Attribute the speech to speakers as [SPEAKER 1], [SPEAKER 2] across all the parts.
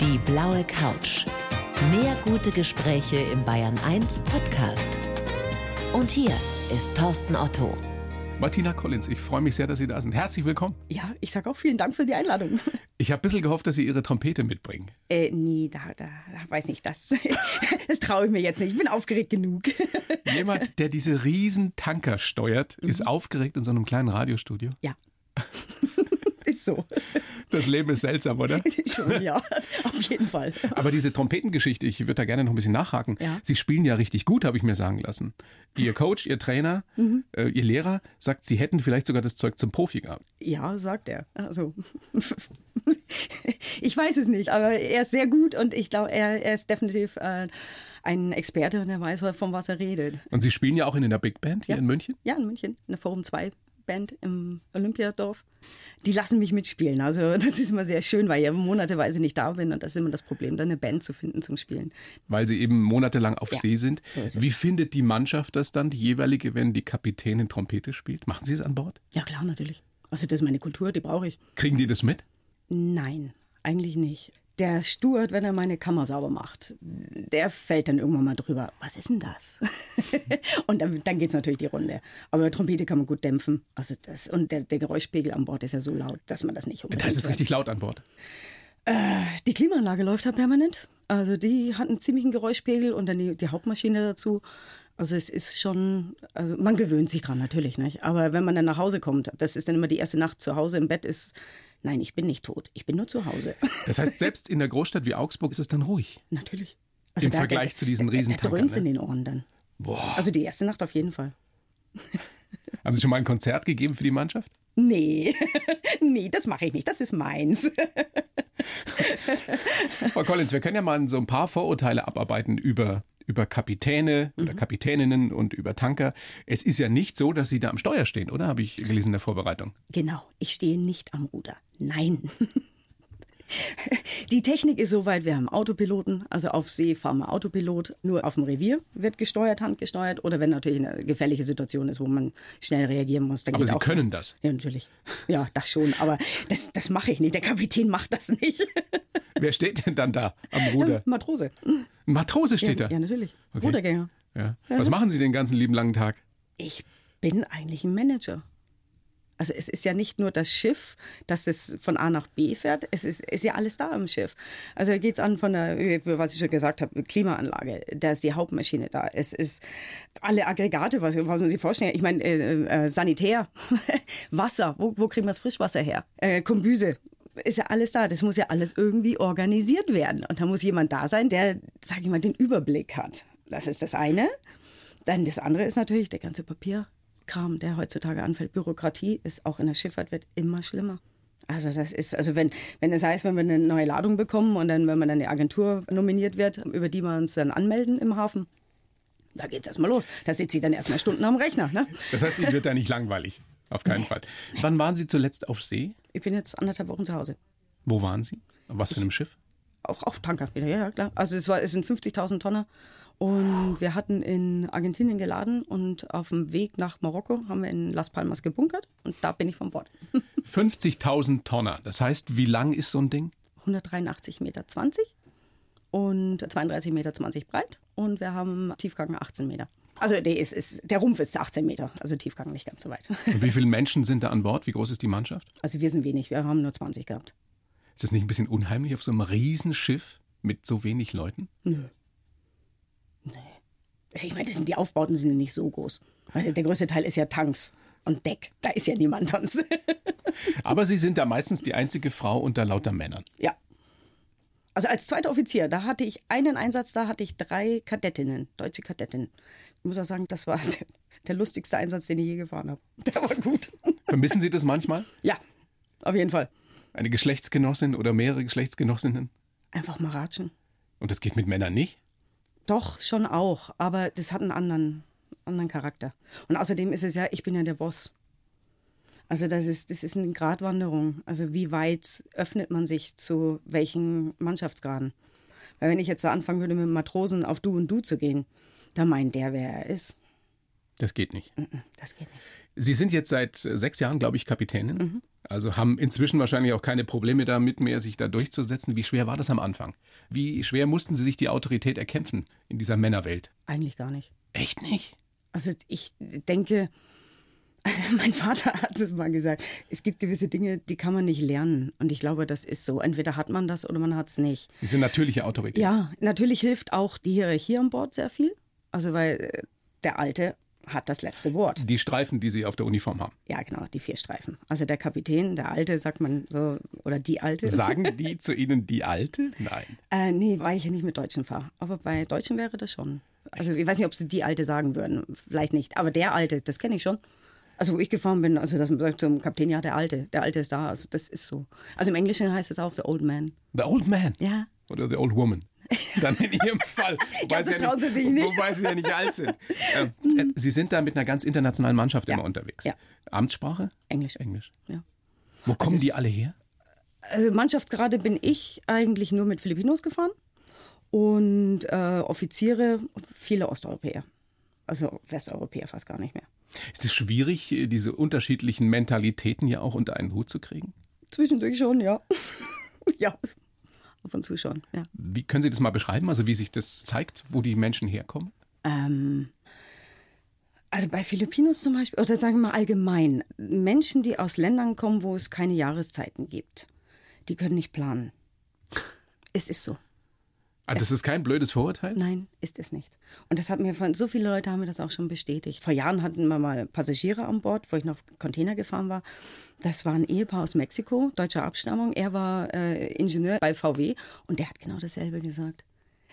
[SPEAKER 1] Die blaue Couch. Mehr gute Gespräche im Bayern 1 Podcast. Und hier ist Thorsten Otto.
[SPEAKER 2] Martina Collins, ich freue mich sehr, dass Sie da sind. Herzlich willkommen.
[SPEAKER 3] Ja, ich sage auch vielen Dank für die Einladung.
[SPEAKER 2] Ich habe ein bisschen gehofft, dass Sie Ihre Trompete mitbringen.
[SPEAKER 3] Äh, nee, da, da, da weiß ich das. Das traue ich mir jetzt nicht. Ich bin aufgeregt genug.
[SPEAKER 2] Jemand, der diese riesen Tanker steuert,
[SPEAKER 3] Mhm.
[SPEAKER 2] ist aufgeregt in so einem kleinen Radiostudio.
[SPEAKER 3] Ja. Ist so.
[SPEAKER 2] Das Leben ist seltsam, oder?
[SPEAKER 3] Schon, ja. Auf jeden Fall.
[SPEAKER 2] Aber diese Trompetengeschichte, ich würde da gerne noch ein bisschen nachhaken.
[SPEAKER 3] Ja.
[SPEAKER 2] Sie spielen ja richtig gut, habe ich mir sagen lassen. Ihr Coach, Ihr Trainer,
[SPEAKER 3] Mhm.
[SPEAKER 2] äh, Ihr Lehrer sagt, Sie hätten vielleicht sogar das Zeug zum Profi gehabt.
[SPEAKER 3] Ja, sagt er. Also, ich weiß es nicht, aber er ist sehr gut und ich glaube, er, er ist definitiv äh, ein Experte und er weiß, von was er redet.
[SPEAKER 2] Und Sie spielen ja auch in einer Big Band hier
[SPEAKER 3] Ja.
[SPEAKER 2] in München.
[SPEAKER 3] Ja, in München, in der Forum 2 Band im Olympiadorf. Die lassen mich mitspielen. Also das ist immer sehr schön, weil ich ja monateweise nicht da bin und das ist immer das Problem, dann eine Band zu finden zum Spielen.
[SPEAKER 2] weil sie eben monatelang auf
[SPEAKER 3] Ja,
[SPEAKER 2] See sind.
[SPEAKER 3] so ist es.
[SPEAKER 2] Wie findet die Mannschaft das dann, die jeweilige, wenn die Kapitänin Trompete spielt? Machen sie es an Bord?
[SPEAKER 3] Ja, klar, natürlich. Also das ist meine Kultur, die brauche ich.
[SPEAKER 2] Kriegen die das mit?
[SPEAKER 3] Nein, eigentlich nicht. Der Stuart, wenn er meine Kammer sauber macht, der fällt dann irgendwann mal drüber. Was ist denn das? und dann, dann geht es natürlich die Runde. Aber Trompete kann man gut dämpfen. Also das, und der, der Geräuschpegel an Bord ist ja so laut, dass man das nicht unbedingt
[SPEAKER 2] Da ist es
[SPEAKER 3] hört.
[SPEAKER 2] richtig laut an Bord.
[SPEAKER 3] Die Klimaanlage läuft halt permanent. Also die hat einen ziemlichen Geräuschpegel und dann die, die Hauptmaschine dazu. Also es ist schon, also man gewöhnt sich dran natürlich, nicht? Aber wenn man dann nach Hause kommt, das ist dann immer die erste Nacht zu Hause im Bett ist, nein, ich bin nicht tot, ich bin nur zu Hause.
[SPEAKER 2] Das heißt, selbst in der Großstadt wie Augsburg ist es dann ruhig.
[SPEAKER 3] natürlich. Also
[SPEAKER 2] Im Vergleich zu diesen
[SPEAKER 3] Da, da
[SPEAKER 2] Riesentankern,
[SPEAKER 3] dröhnt's in
[SPEAKER 2] ne? Oh.
[SPEAKER 3] den Ohren dann.
[SPEAKER 2] Boah.
[SPEAKER 3] Also die erste Nacht auf jeden Fall.
[SPEAKER 2] Haben Sie schon mal ein Konzert gegeben für die Mannschaft?
[SPEAKER 3] Nee, nee, das mache ich nicht, das ist meins.
[SPEAKER 2] Frau Collins, wir können ja mal so ein paar Vorurteile abarbeiten über, über Kapitäne oder Kapitäninnen und über Tanker. Es ist ja nicht so, dass Sie da am Steuer stehen, oder? Habe ich gelesen in der Vorbereitung.
[SPEAKER 3] Genau, ich stehe nicht am Ruder. Nein. Die Technik ist soweit, wir haben Autopiloten, also auf See fahren wir Autopilot, nur auf dem Revier wird gesteuert, handgesteuert oder wenn natürlich eine gefährliche Situation ist, wo man schnell reagieren muss, dann
[SPEAKER 2] Aber
[SPEAKER 3] geht
[SPEAKER 2] Sie
[SPEAKER 3] auch
[SPEAKER 2] können das.
[SPEAKER 3] Ja, natürlich. Ja, das schon, aber das, das mache ich nicht. Der Kapitän macht das nicht.
[SPEAKER 2] Wer steht denn dann da am Ruder?
[SPEAKER 3] Matrose.
[SPEAKER 2] Ein Matrose steht
[SPEAKER 3] Ja,
[SPEAKER 2] da.
[SPEAKER 3] ja, natürlich.
[SPEAKER 2] Okay.
[SPEAKER 3] Rudergänger.
[SPEAKER 2] Ja. Was machen Sie den ganzen lieben langen Tag?
[SPEAKER 3] ich bin eigentlich ein Manager. Also es ist ja nicht nur das Schiff, dass es von A nach B fährt, es ist, ist ja alles da im Schiff. Also da geht's an von der, was ich schon gesagt habe, Klimaanlage, da ist die Hauptmaschine da, es ist alle Aggregate, was, was man sich vorstellen kann. Ich meine, äh, äh, Sanitär, Wasser, wo, wo kriegen wir das Frischwasser her? Äh, Kombüse, ist ja alles da. Das muss ja alles irgendwie organisiert werden. Und da muss jemand da sein, der, sag ich mal, den Überblick hat. Das ist das eine. Dann das andere ist natürlich der ganze Papierkram, der heutzutage anfällt. Bürokratie ist auch in der Schifffahrt wird immer schlimmer. Also das ist, also wenn, wenn es heißt, wenn wir eine neue Ladung bekommen und dann, wenn man dann die Agentur nominiert wird, über die wir uns dann anmelden im Hafen, da geht's erstmal los. Da sitzt sie dann erstmal Stunden am Rechner. Ne?
[SPEAKER 2] Das heißt, Ihnen wird da nicht langweilig. Auf keinen Fall. Wann waren Sie zuletzt auf See?
[SPEAKER 3] Ich bin jetzt anderthalb Wochen zu Hause.
[SPEAKER 2] Wo waren Sie? Auf was für einem Schiff?
[SPEAKER 3] Auch, auch Tanker wieder, ja, ja, klar. Also es, war, es sind 50.000 Tonner. Und wir hatten in Argentinien geladen und auf dem Weg nach Marokko haben wir in Las Palmas gebunkert und da bin ich von Bord.
[SPEAKER 2] 50.000 Tonner. Das heißt, wie lang ist so ein Ding?
[SPEAKER 3] 183,20 Meter 20 und 32,20 Meter 20 breit und wir haben Tiefgang 18 Meter. Also der, ist, ist, der Rumpf ist 18 Meter, also Tiefgang nicht ganz so weit.
[SPEAKER 2] Und wie viele Menschen sind da an Bord? Wie groß ist die Mannschaft?
[SPEAKER 3] Also wir sind wenig, wir haben nur 20 gehabt.
[SPEAKER 2] Ist das nicht ein bisschen unheimlich auf so einem Riesenschiff mit so wenig Leuten?
[SPEAKER 3] Also ich meine, das sind, die Aufbauten sind ja nicht so groß. Weil der- der größte Teil ist ja Tanks und Deck. Da ist ja niemand sonst.
[SPEAKER 2] Aber Sie sind da meistens die einzige Frau unter lauter Männern.
[SPEAKER 3] Ja. Also als zweiter Offizier, da hatte ich einen Einsatz, da hatte ich drei Kadettinnen, deutsche Kadettinnen. Ich muss auch sagen, das war der, der lustigste Einsatz, den ich je gefahren habe. Der war gut.
[SPEAKER 2] Vermissen Sie das manchmal?
[SPEAKER 3] Ja, auf jeden Fall.
[SPEAKER 2] Eine Geschlechtsgenossin oder mehrere Geschlechtsgenossinnen?
[SPEAKER 3] Einfach mal ratschen.
[SPEAKER 2] Und das geht mit Männern nicht?
[SPEAKER 3] Doch, schon auch, aber das hat einen anderen, anderen Charakter. Und außerdem ist es ja, ich bin ja der Boss. Also das ist, das ist eine Gratwanderung. Also wie weit öffnet man sich zu welchen Mannschaftsgraden? Weil wenn ich jetzt da anfangen würde, mit Matrosen auf Du und Du zu gehen, dann meint der, wer er ist.
[SPEAKER 2] Das geht nicht.
[SPEAKER 3] Mm, mm, Das geht nicht.
[SPEAKER 2] Sie sind jetzt seit äh, sechs Jahren, glaube ich, Kapitänin. Also haben inzwischen wahrscheinlich auch keine Probleme damit mehr, sich da durchzusetzen. Wie schwer war das am Anfang? Wie schwer mussten Sie sich die Autorität erkämpfen in dieser Männerwelt?
[SPEAKER 3] Eigentlich gar nicht.
[SPEAKER 2] Echt nicht?
[SPEAKER 3] Also ich denke, also mein Vater hat es mal gesagt, es gibt gewisse Dinge, die kann man nicht lernen. Und ich glaube, das ist so. Entweder hat man das oder man hat es nicht.
[SPEAKER 2] Diese natürliche Autorität.
[SPEAKER 3] Ja, natürlich hilft auch die Hierarchie an Bord sehr viel. Also weil äh, der Alte hat das letzte Wort.
[SPEAKER 2] Die Streifen, die Sie auf der Uniform haben.
[SPEAKER 3] Ja, genau, die vier Streifen. Also der Kapitän, der Alte, sagt man so, oder die Alte.
[SPEAKER 2] Sagen die zu Ihnen die Alte? Nein.
[SPEAKER 3] Äh, nee, weil ich ja nicht mit Deutschen fahre. Aber bei Deutschen wäre das schon. Also ich weiß nicht, ob sie die Alte sagen würden. Vielleicht nicht. Aber der Alte, das kenne ich schon. Also wo ich gefahren bin, also dass man sagt zum Kapitän, ja, der Alte, der Alte ist da. Also das ist so. Also im Englischen heißt es auch the old man.
[SPEAKER 2] The old man.
[SPEAKER 3] Ja.
[SPEAKER 2] Oder the old woman. Dann in Ihrem Fall. Wobei,
[SPEAKER 3] glaub, das trauen Sie sich nicht.
[SPEAKER 2] wobei Sie ja nicht alt sind. Ähm, äh, Sie sind da mit einer ganz internationalen Mannschaft immer unterwegs.
[SPEAKER 3] Ja.
[SPEAKER 2] Amtssprache?
[SPEAKER 3] Englisch.
[SPEAKER 2] Englisch.
[SPEAKER 3] Ja.
[SPEAKER 2] Wo kommen die alle her?
[SPEAKER 3] Also Mannschaft gerade bin ich eigentlich nur mit Filipinos gefahren und äh, Offiziere, viele Osteuropäer. Also Westeuropäer fast gar nicht mehr.
[SPEAKER 2] Ist es schwierig, äh, diese unterschiedlichen Mentalitäten ja auch unter einen Hut zu kriegen?
[SPEAKER 3] Zwischendurch schon, ja. ja. Ab und zu schon, ja.
[SPEAKER 2] Wie können Sie das mal beschreiben? Also wie sich das zeigt, wo die Menschen herkommen?
[SPEAKER 3] Ähm, also bei Filipinos zum Beispiel, oder sagen wir mal allgemein, Menschen, die aus Ländern kommen, wo es keine Jahreszeiten gibt, die können nicht planen. Es ist so.
[SPEAKER 2] Also das ist kein blödes Vorurteil.
[SPEAKER 3] Nein, ist es nicht. Und das hat mir von so viele Leute haben mir das auch schon bestätigt. Vor Jahren hatten wir mal Passagiere an Bord, wo ich noch Container gefahren war. Das war ein Ehepaar aus Mexiko, deutscher Abstammung. Er war äh, Ingenieur bei VW und der hat genau dasselbe gesagt.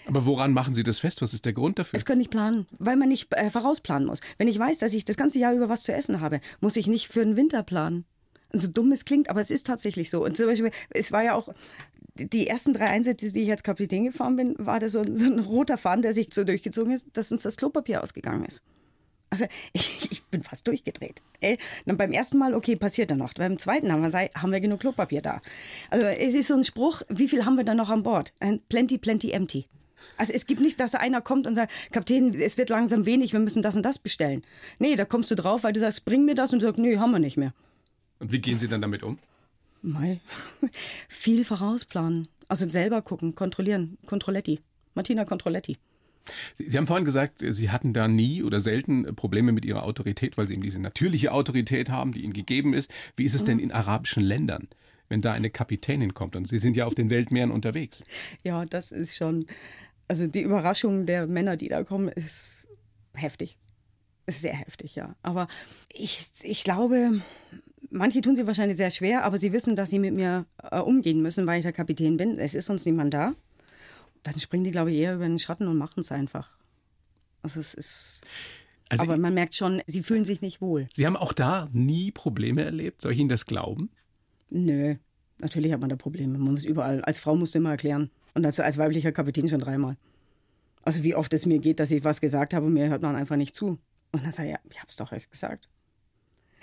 [SPEAKER 2] Aber woran machen Sie das fest? Was ist der Grund dafür?
[SPEAKER 3] Das können ich planen, weil man nicht äh, vorausplanen muss. Wenn ich weiß, dass ich das ganze Jahr über was zu essen habe, muss ich nicht für den Winter planen. Und so dumm es klingt, aber es ist tatsächlich so. Und zum Beispiel, es war ja auch die ersten drei Einsätze, die ich als Kapitän gefahren bin, war da so ein, so ein roter Faden, der sich so durchgezogen ist, dass uns das Klopapier ausgegangen ist. Also ich, ich bin fast durchgedreht. Ey, dann beim ersten Mal, okay, passiert dann noch. Beim zweiten haben wir, sei- haben wir genug Klopapier da. Also es ist so ein Spruch, wie viel haben wir da noch an Bord? Ein Plenty, plenty, empty. Also es gibt nicht, dass einer kommt und sagt, Kapitän, es wird langsam wenig, wir müssen das und das bestellen. Nee, da kommst du drauf, weil du sagst, bring mir das und du sagst, nee, haben wir nicht mehr.
[SPEAKER 2] Und wie gehen Sie dann damit um?
[SPEAKER 3] Mei. Viel vorausplanen. Also selber gucken, kontrollieren. Controletti. Martina Controletti.
[SPEAKER 2] Sie, Sie haben vorhin gesagt, äh, Sie hatten da nie oder selten äh, Probleme mit Ihrer Autorität, weil Sie eben diese natürliche Autorität haben, die Ihnen gegeben ist. Wie ist es
[SPEAKER 3] Mhm.
[SPEAKER 2] denn in arabischen Ländern, wenn da eine Kapitänin kommt? Und Sie sind ja auf den Weltmeeren unterwegs.
[SPEAKER 3] Ja, das ist schon. Also die Überraschung der Männer, die da kommen, ist heftig. Ist sehr heftig, ja. Aber ich, ich glaube, manche tun sie wahrscheinlich sehr schwer, aber sie wissen, dass sie mit mir äh, umgehen müssen, weil ich der Kapitän bin. Es ist sonst niemand da. Dann springen die, glaube ich, eher über den Schatten und machen es einfach. Also es ist.
[SPEAKER 2] Also
[SPEAKER 3] aber man merkt schon, sie fühlen sich nicht wohl.
[SPEAKER 2] Sie haben auch da nie Probleme erlebt. Soll ich Ihnen das glauben?
[SPEAKER 3] Nö, natürlich hat man da Probleme. Man muss überall, als Frau musst du immer erklären. Und als, als weiblicher Kapitän schon dreimal. Also wie oft es mir geht, dass ich was gesagt habe und mir hört man einfach nicht zu. Und dann sage ich, ja, ich hab's doch erst gesagt.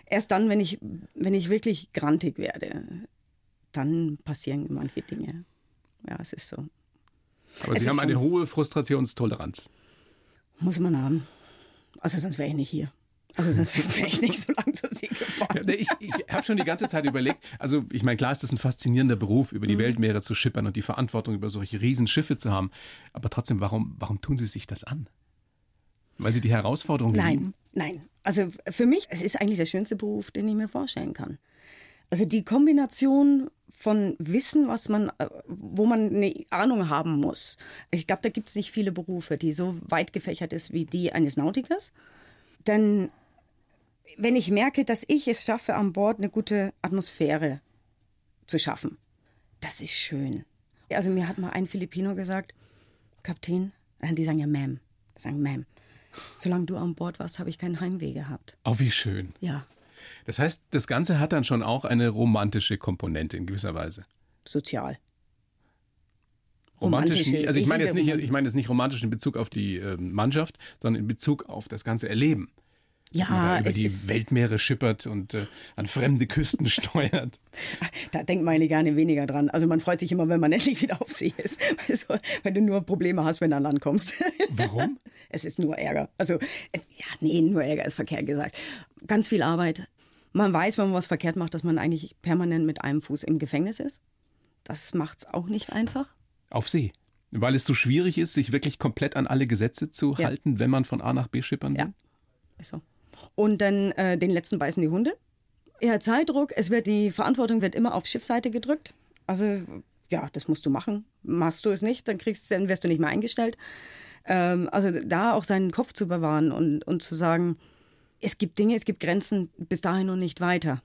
[SPEAKER 3] Erst dann, wenn ich, wenn ich wirklich grantig werde, dann passieren manche Dinge. Ja, es ist so.
[SPEAKER 2] Aber
[SPEAKER 3] Es
[SPEAKER 2] Sie
[SPEAKER 3] ist
[SPEAKER 2] haben eine
[SPEAKER 3] schon-
[SPEAKER 2] hohe Frustrationstoleranz.
[SPEAKER 3] Muss man haben. Also sonst wäre ich nicht hier. Also sonst wäre ich nicht so lange zur See
[SPEAKER 2] Ja,
[SPEAKER 3] gefahren.
[SPEAKER 2] nee, Ich, ich habe schon die ganze Zeit überlegt, also ich meine, klar ist das ein faszinierender Beruf, über die
[SPEAKER 3] Mhm.
[SPEAKER 2] Weltmeere zu schippern und die Verantwortung über solche Riesenschiffe zu haben. Aber trotzdem, warum, warum tun Sie sich das an? Weil Sie die Herausforderung lieben?
[SPEAKER 3] Nein, nein. Also für mich, es ist eigentlich der schönste Beruf, den ich mir vorstellen kann. Also die Kombination von Wissen, was man, äh, wo man eine Ahnung haben muss. Ich glaube, da gibt es nicht viele Berufe, die so weit gefächert ist wie die eines Nautikers. Denn wenn ich merke, dass ich es schaffe, an Bord eine gute Atmosphäre zu schaffen, das ist schön. Also mir hat mal ein Filipino gesagt, Kapitän, äh, die sagen ja Ma'am, die sagen Ma'am. Solange du an Bord warst, habe ich kein Heimweh gehabt.
[SPEAKER 2] Oh, wie schön.
[SPEAKER 3] Ja,
[SPEAKER 2] Das heißt, das Ganze hat dann schon auch eine romantische Komponente in gewisser Weise.
[SPEAKER 3] sozial.
[SPEAKER 2] Romantisch,
[SPEAKER 3] Romantische,
[SPEAKER 2] nie- also ich meine jetzt
[SPEAKER 3] liebe
[SPEAKER 2] nicht,
[SPEAKER 3] Roman-
[SPEAKER 2] ich meine jetzt nicht romantisch in Bezug auf die ähm, Mannschaft, sondern in Bezug auf das ganze Erleben. Dass man
[SPEAKER 3] Ja,
[SPEAKER 2] da über
[SPEAKER 3] es
[SPEAKER 2] die
[SPEAKER 3] ist,
[SPEAKER 2] Weltmeere schippert und äh, an fremde Küsten steuert.
[SPEAKER 3] da denkt man eigentlich gar nicht weniger dran. Also man freut sich immer, wenn man endlich wieder auf See ist. Also, wenn du nur Probleme hast, wenn du an Land kommst.
[SPEAKER 2] Warum?
[SPEAKER 3] Es ist nur Ärger. Also, äh, ja, nee, nur Ärger ist verkehrt gesagt. Ganz viel Arbeit. Man weiß, wenn man was verkehrt macht, dass man eigentlich permanent mit einem Fuß im Gefängnis ist. Das macht's auch nicht einfach.
[SPEAKER 2] Auf See. Weil es so schwierig ist, sich wirklich komplett an alle Gesetze zu
[SPEAKER 3] Ja.
[SPEAKER 2] halten, wenn man von A nach B schippern will.
[SPEAKER 3] Ja. Ist so. Und dann äh, den letzten beißen die Hunde. Ja, Zeitdruck, es wird die Verantwortung wird immer auf Schiffseite gedrückt. Also ja, das musst du machen. Machst du es nicht, dann kriegst dann wirst du nicht mehr eingestellt. Ähm, also da auch seinen Kopf zu bewahren und, und zu sagen, es gibt Dinge, es gibt Grenzen, bis dahin und nicht weiter.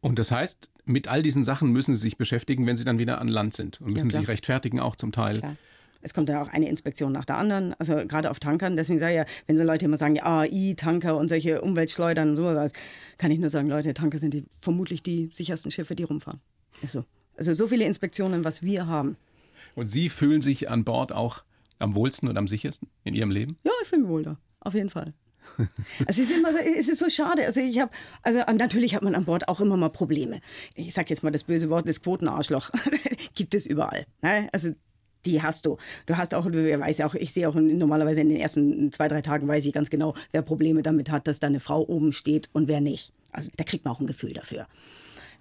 [SPEAKER 2] Und das heißt, mit all diesen Sachen müssen sie sich beschäftigen, wenn sie dann wieder an Land sind und müssen
[SPEAKER 3] klar.
[SPEAKER 2] sich rechtfertigen auch zum Teil.
[SPEAKER 3] Klar. Es kommt ja auch eine Inspektion nach der anderen, also gerade auf Tankern. Deswegen sage ich ja, wenn so Leute immer sagen, ja, AI-Tanker und solche Umweltschleudern und sowas, kann ich nur sagen, Leute, Tanker sind die, vermutlich die sichersten Schiffe, die rumfahren. Ist so. Also so viele Inspektionen, was wir haben.
[SPEAKER 2] Und sie fühlen sich an Bord auch am wohlsten und am sichersten in ihrem Leben.
[SPEAKER 3] Ja, ich fühle mich wohl da. Auf jeden Fall. es ist immer so, es ist so schade. Also ich habe, also an- natürlich hat man an Bord auch immer mal Probleme. Ich sag jetzt mal das böse Wort, das Quotenarschloch. Gibt es überall. Ne? Also die hast du. Du hast auch, wer weiß ja auch, ich sehe auch in- normalerweise in den ersten zwei, drei Tagen weiß ich ganz genau, wer Probleme damit hat, dass da eine Frau oben steht und wer nicht. Also da kriegt man auch ein Gefühl dafür.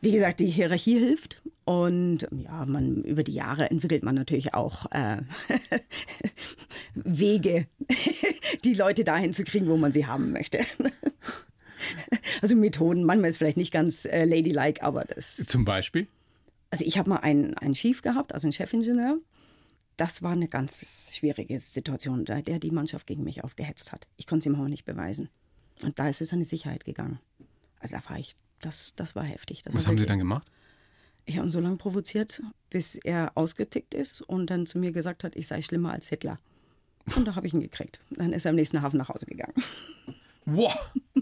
[SPEAKER 3] Wie gesagt, die Hierarchie hilft und ja, man über die Jahre entwickelt man natürlich auch äh, Wege, die Leute dahin zu kriegen, wo man sie haben möchte. Also Methoden, manchmal ist vielleicht nicht ganz äh, ladylike, aber das.
[SPEAKER 2] Zum Beispiel.
[SPEAKER 3] Also ich habe mal einen, einen Chief gehabt, also einen Chefingenieur. Das war eine ganz schwierige Situation, da der die Mannschaft gegen mich aufgehetzt hat. Ich konnte es ihm auch nicht beweisen. Und da ist es an die Sicherheit gegangen. Also da war ich, das, das war heftig. Das
[SPEAKER 2] Was
[SPEAKER 3] war
[SPEAKER 2] haben sie
[SPEAKER 3] wirklich-
[SPEAKER 2] dann gemacht?
[SPEAKER 3] ich habe ihn so lange provoziert, bis er ausgetickt ist und dann zu mir gesagt hat, ich sei schlimmer als Hitler. Und da habe ich ihn gekriegt. Dann ist er am nächsten Hafen nach Hause gegangen.
[SPEAKER 2] Wow.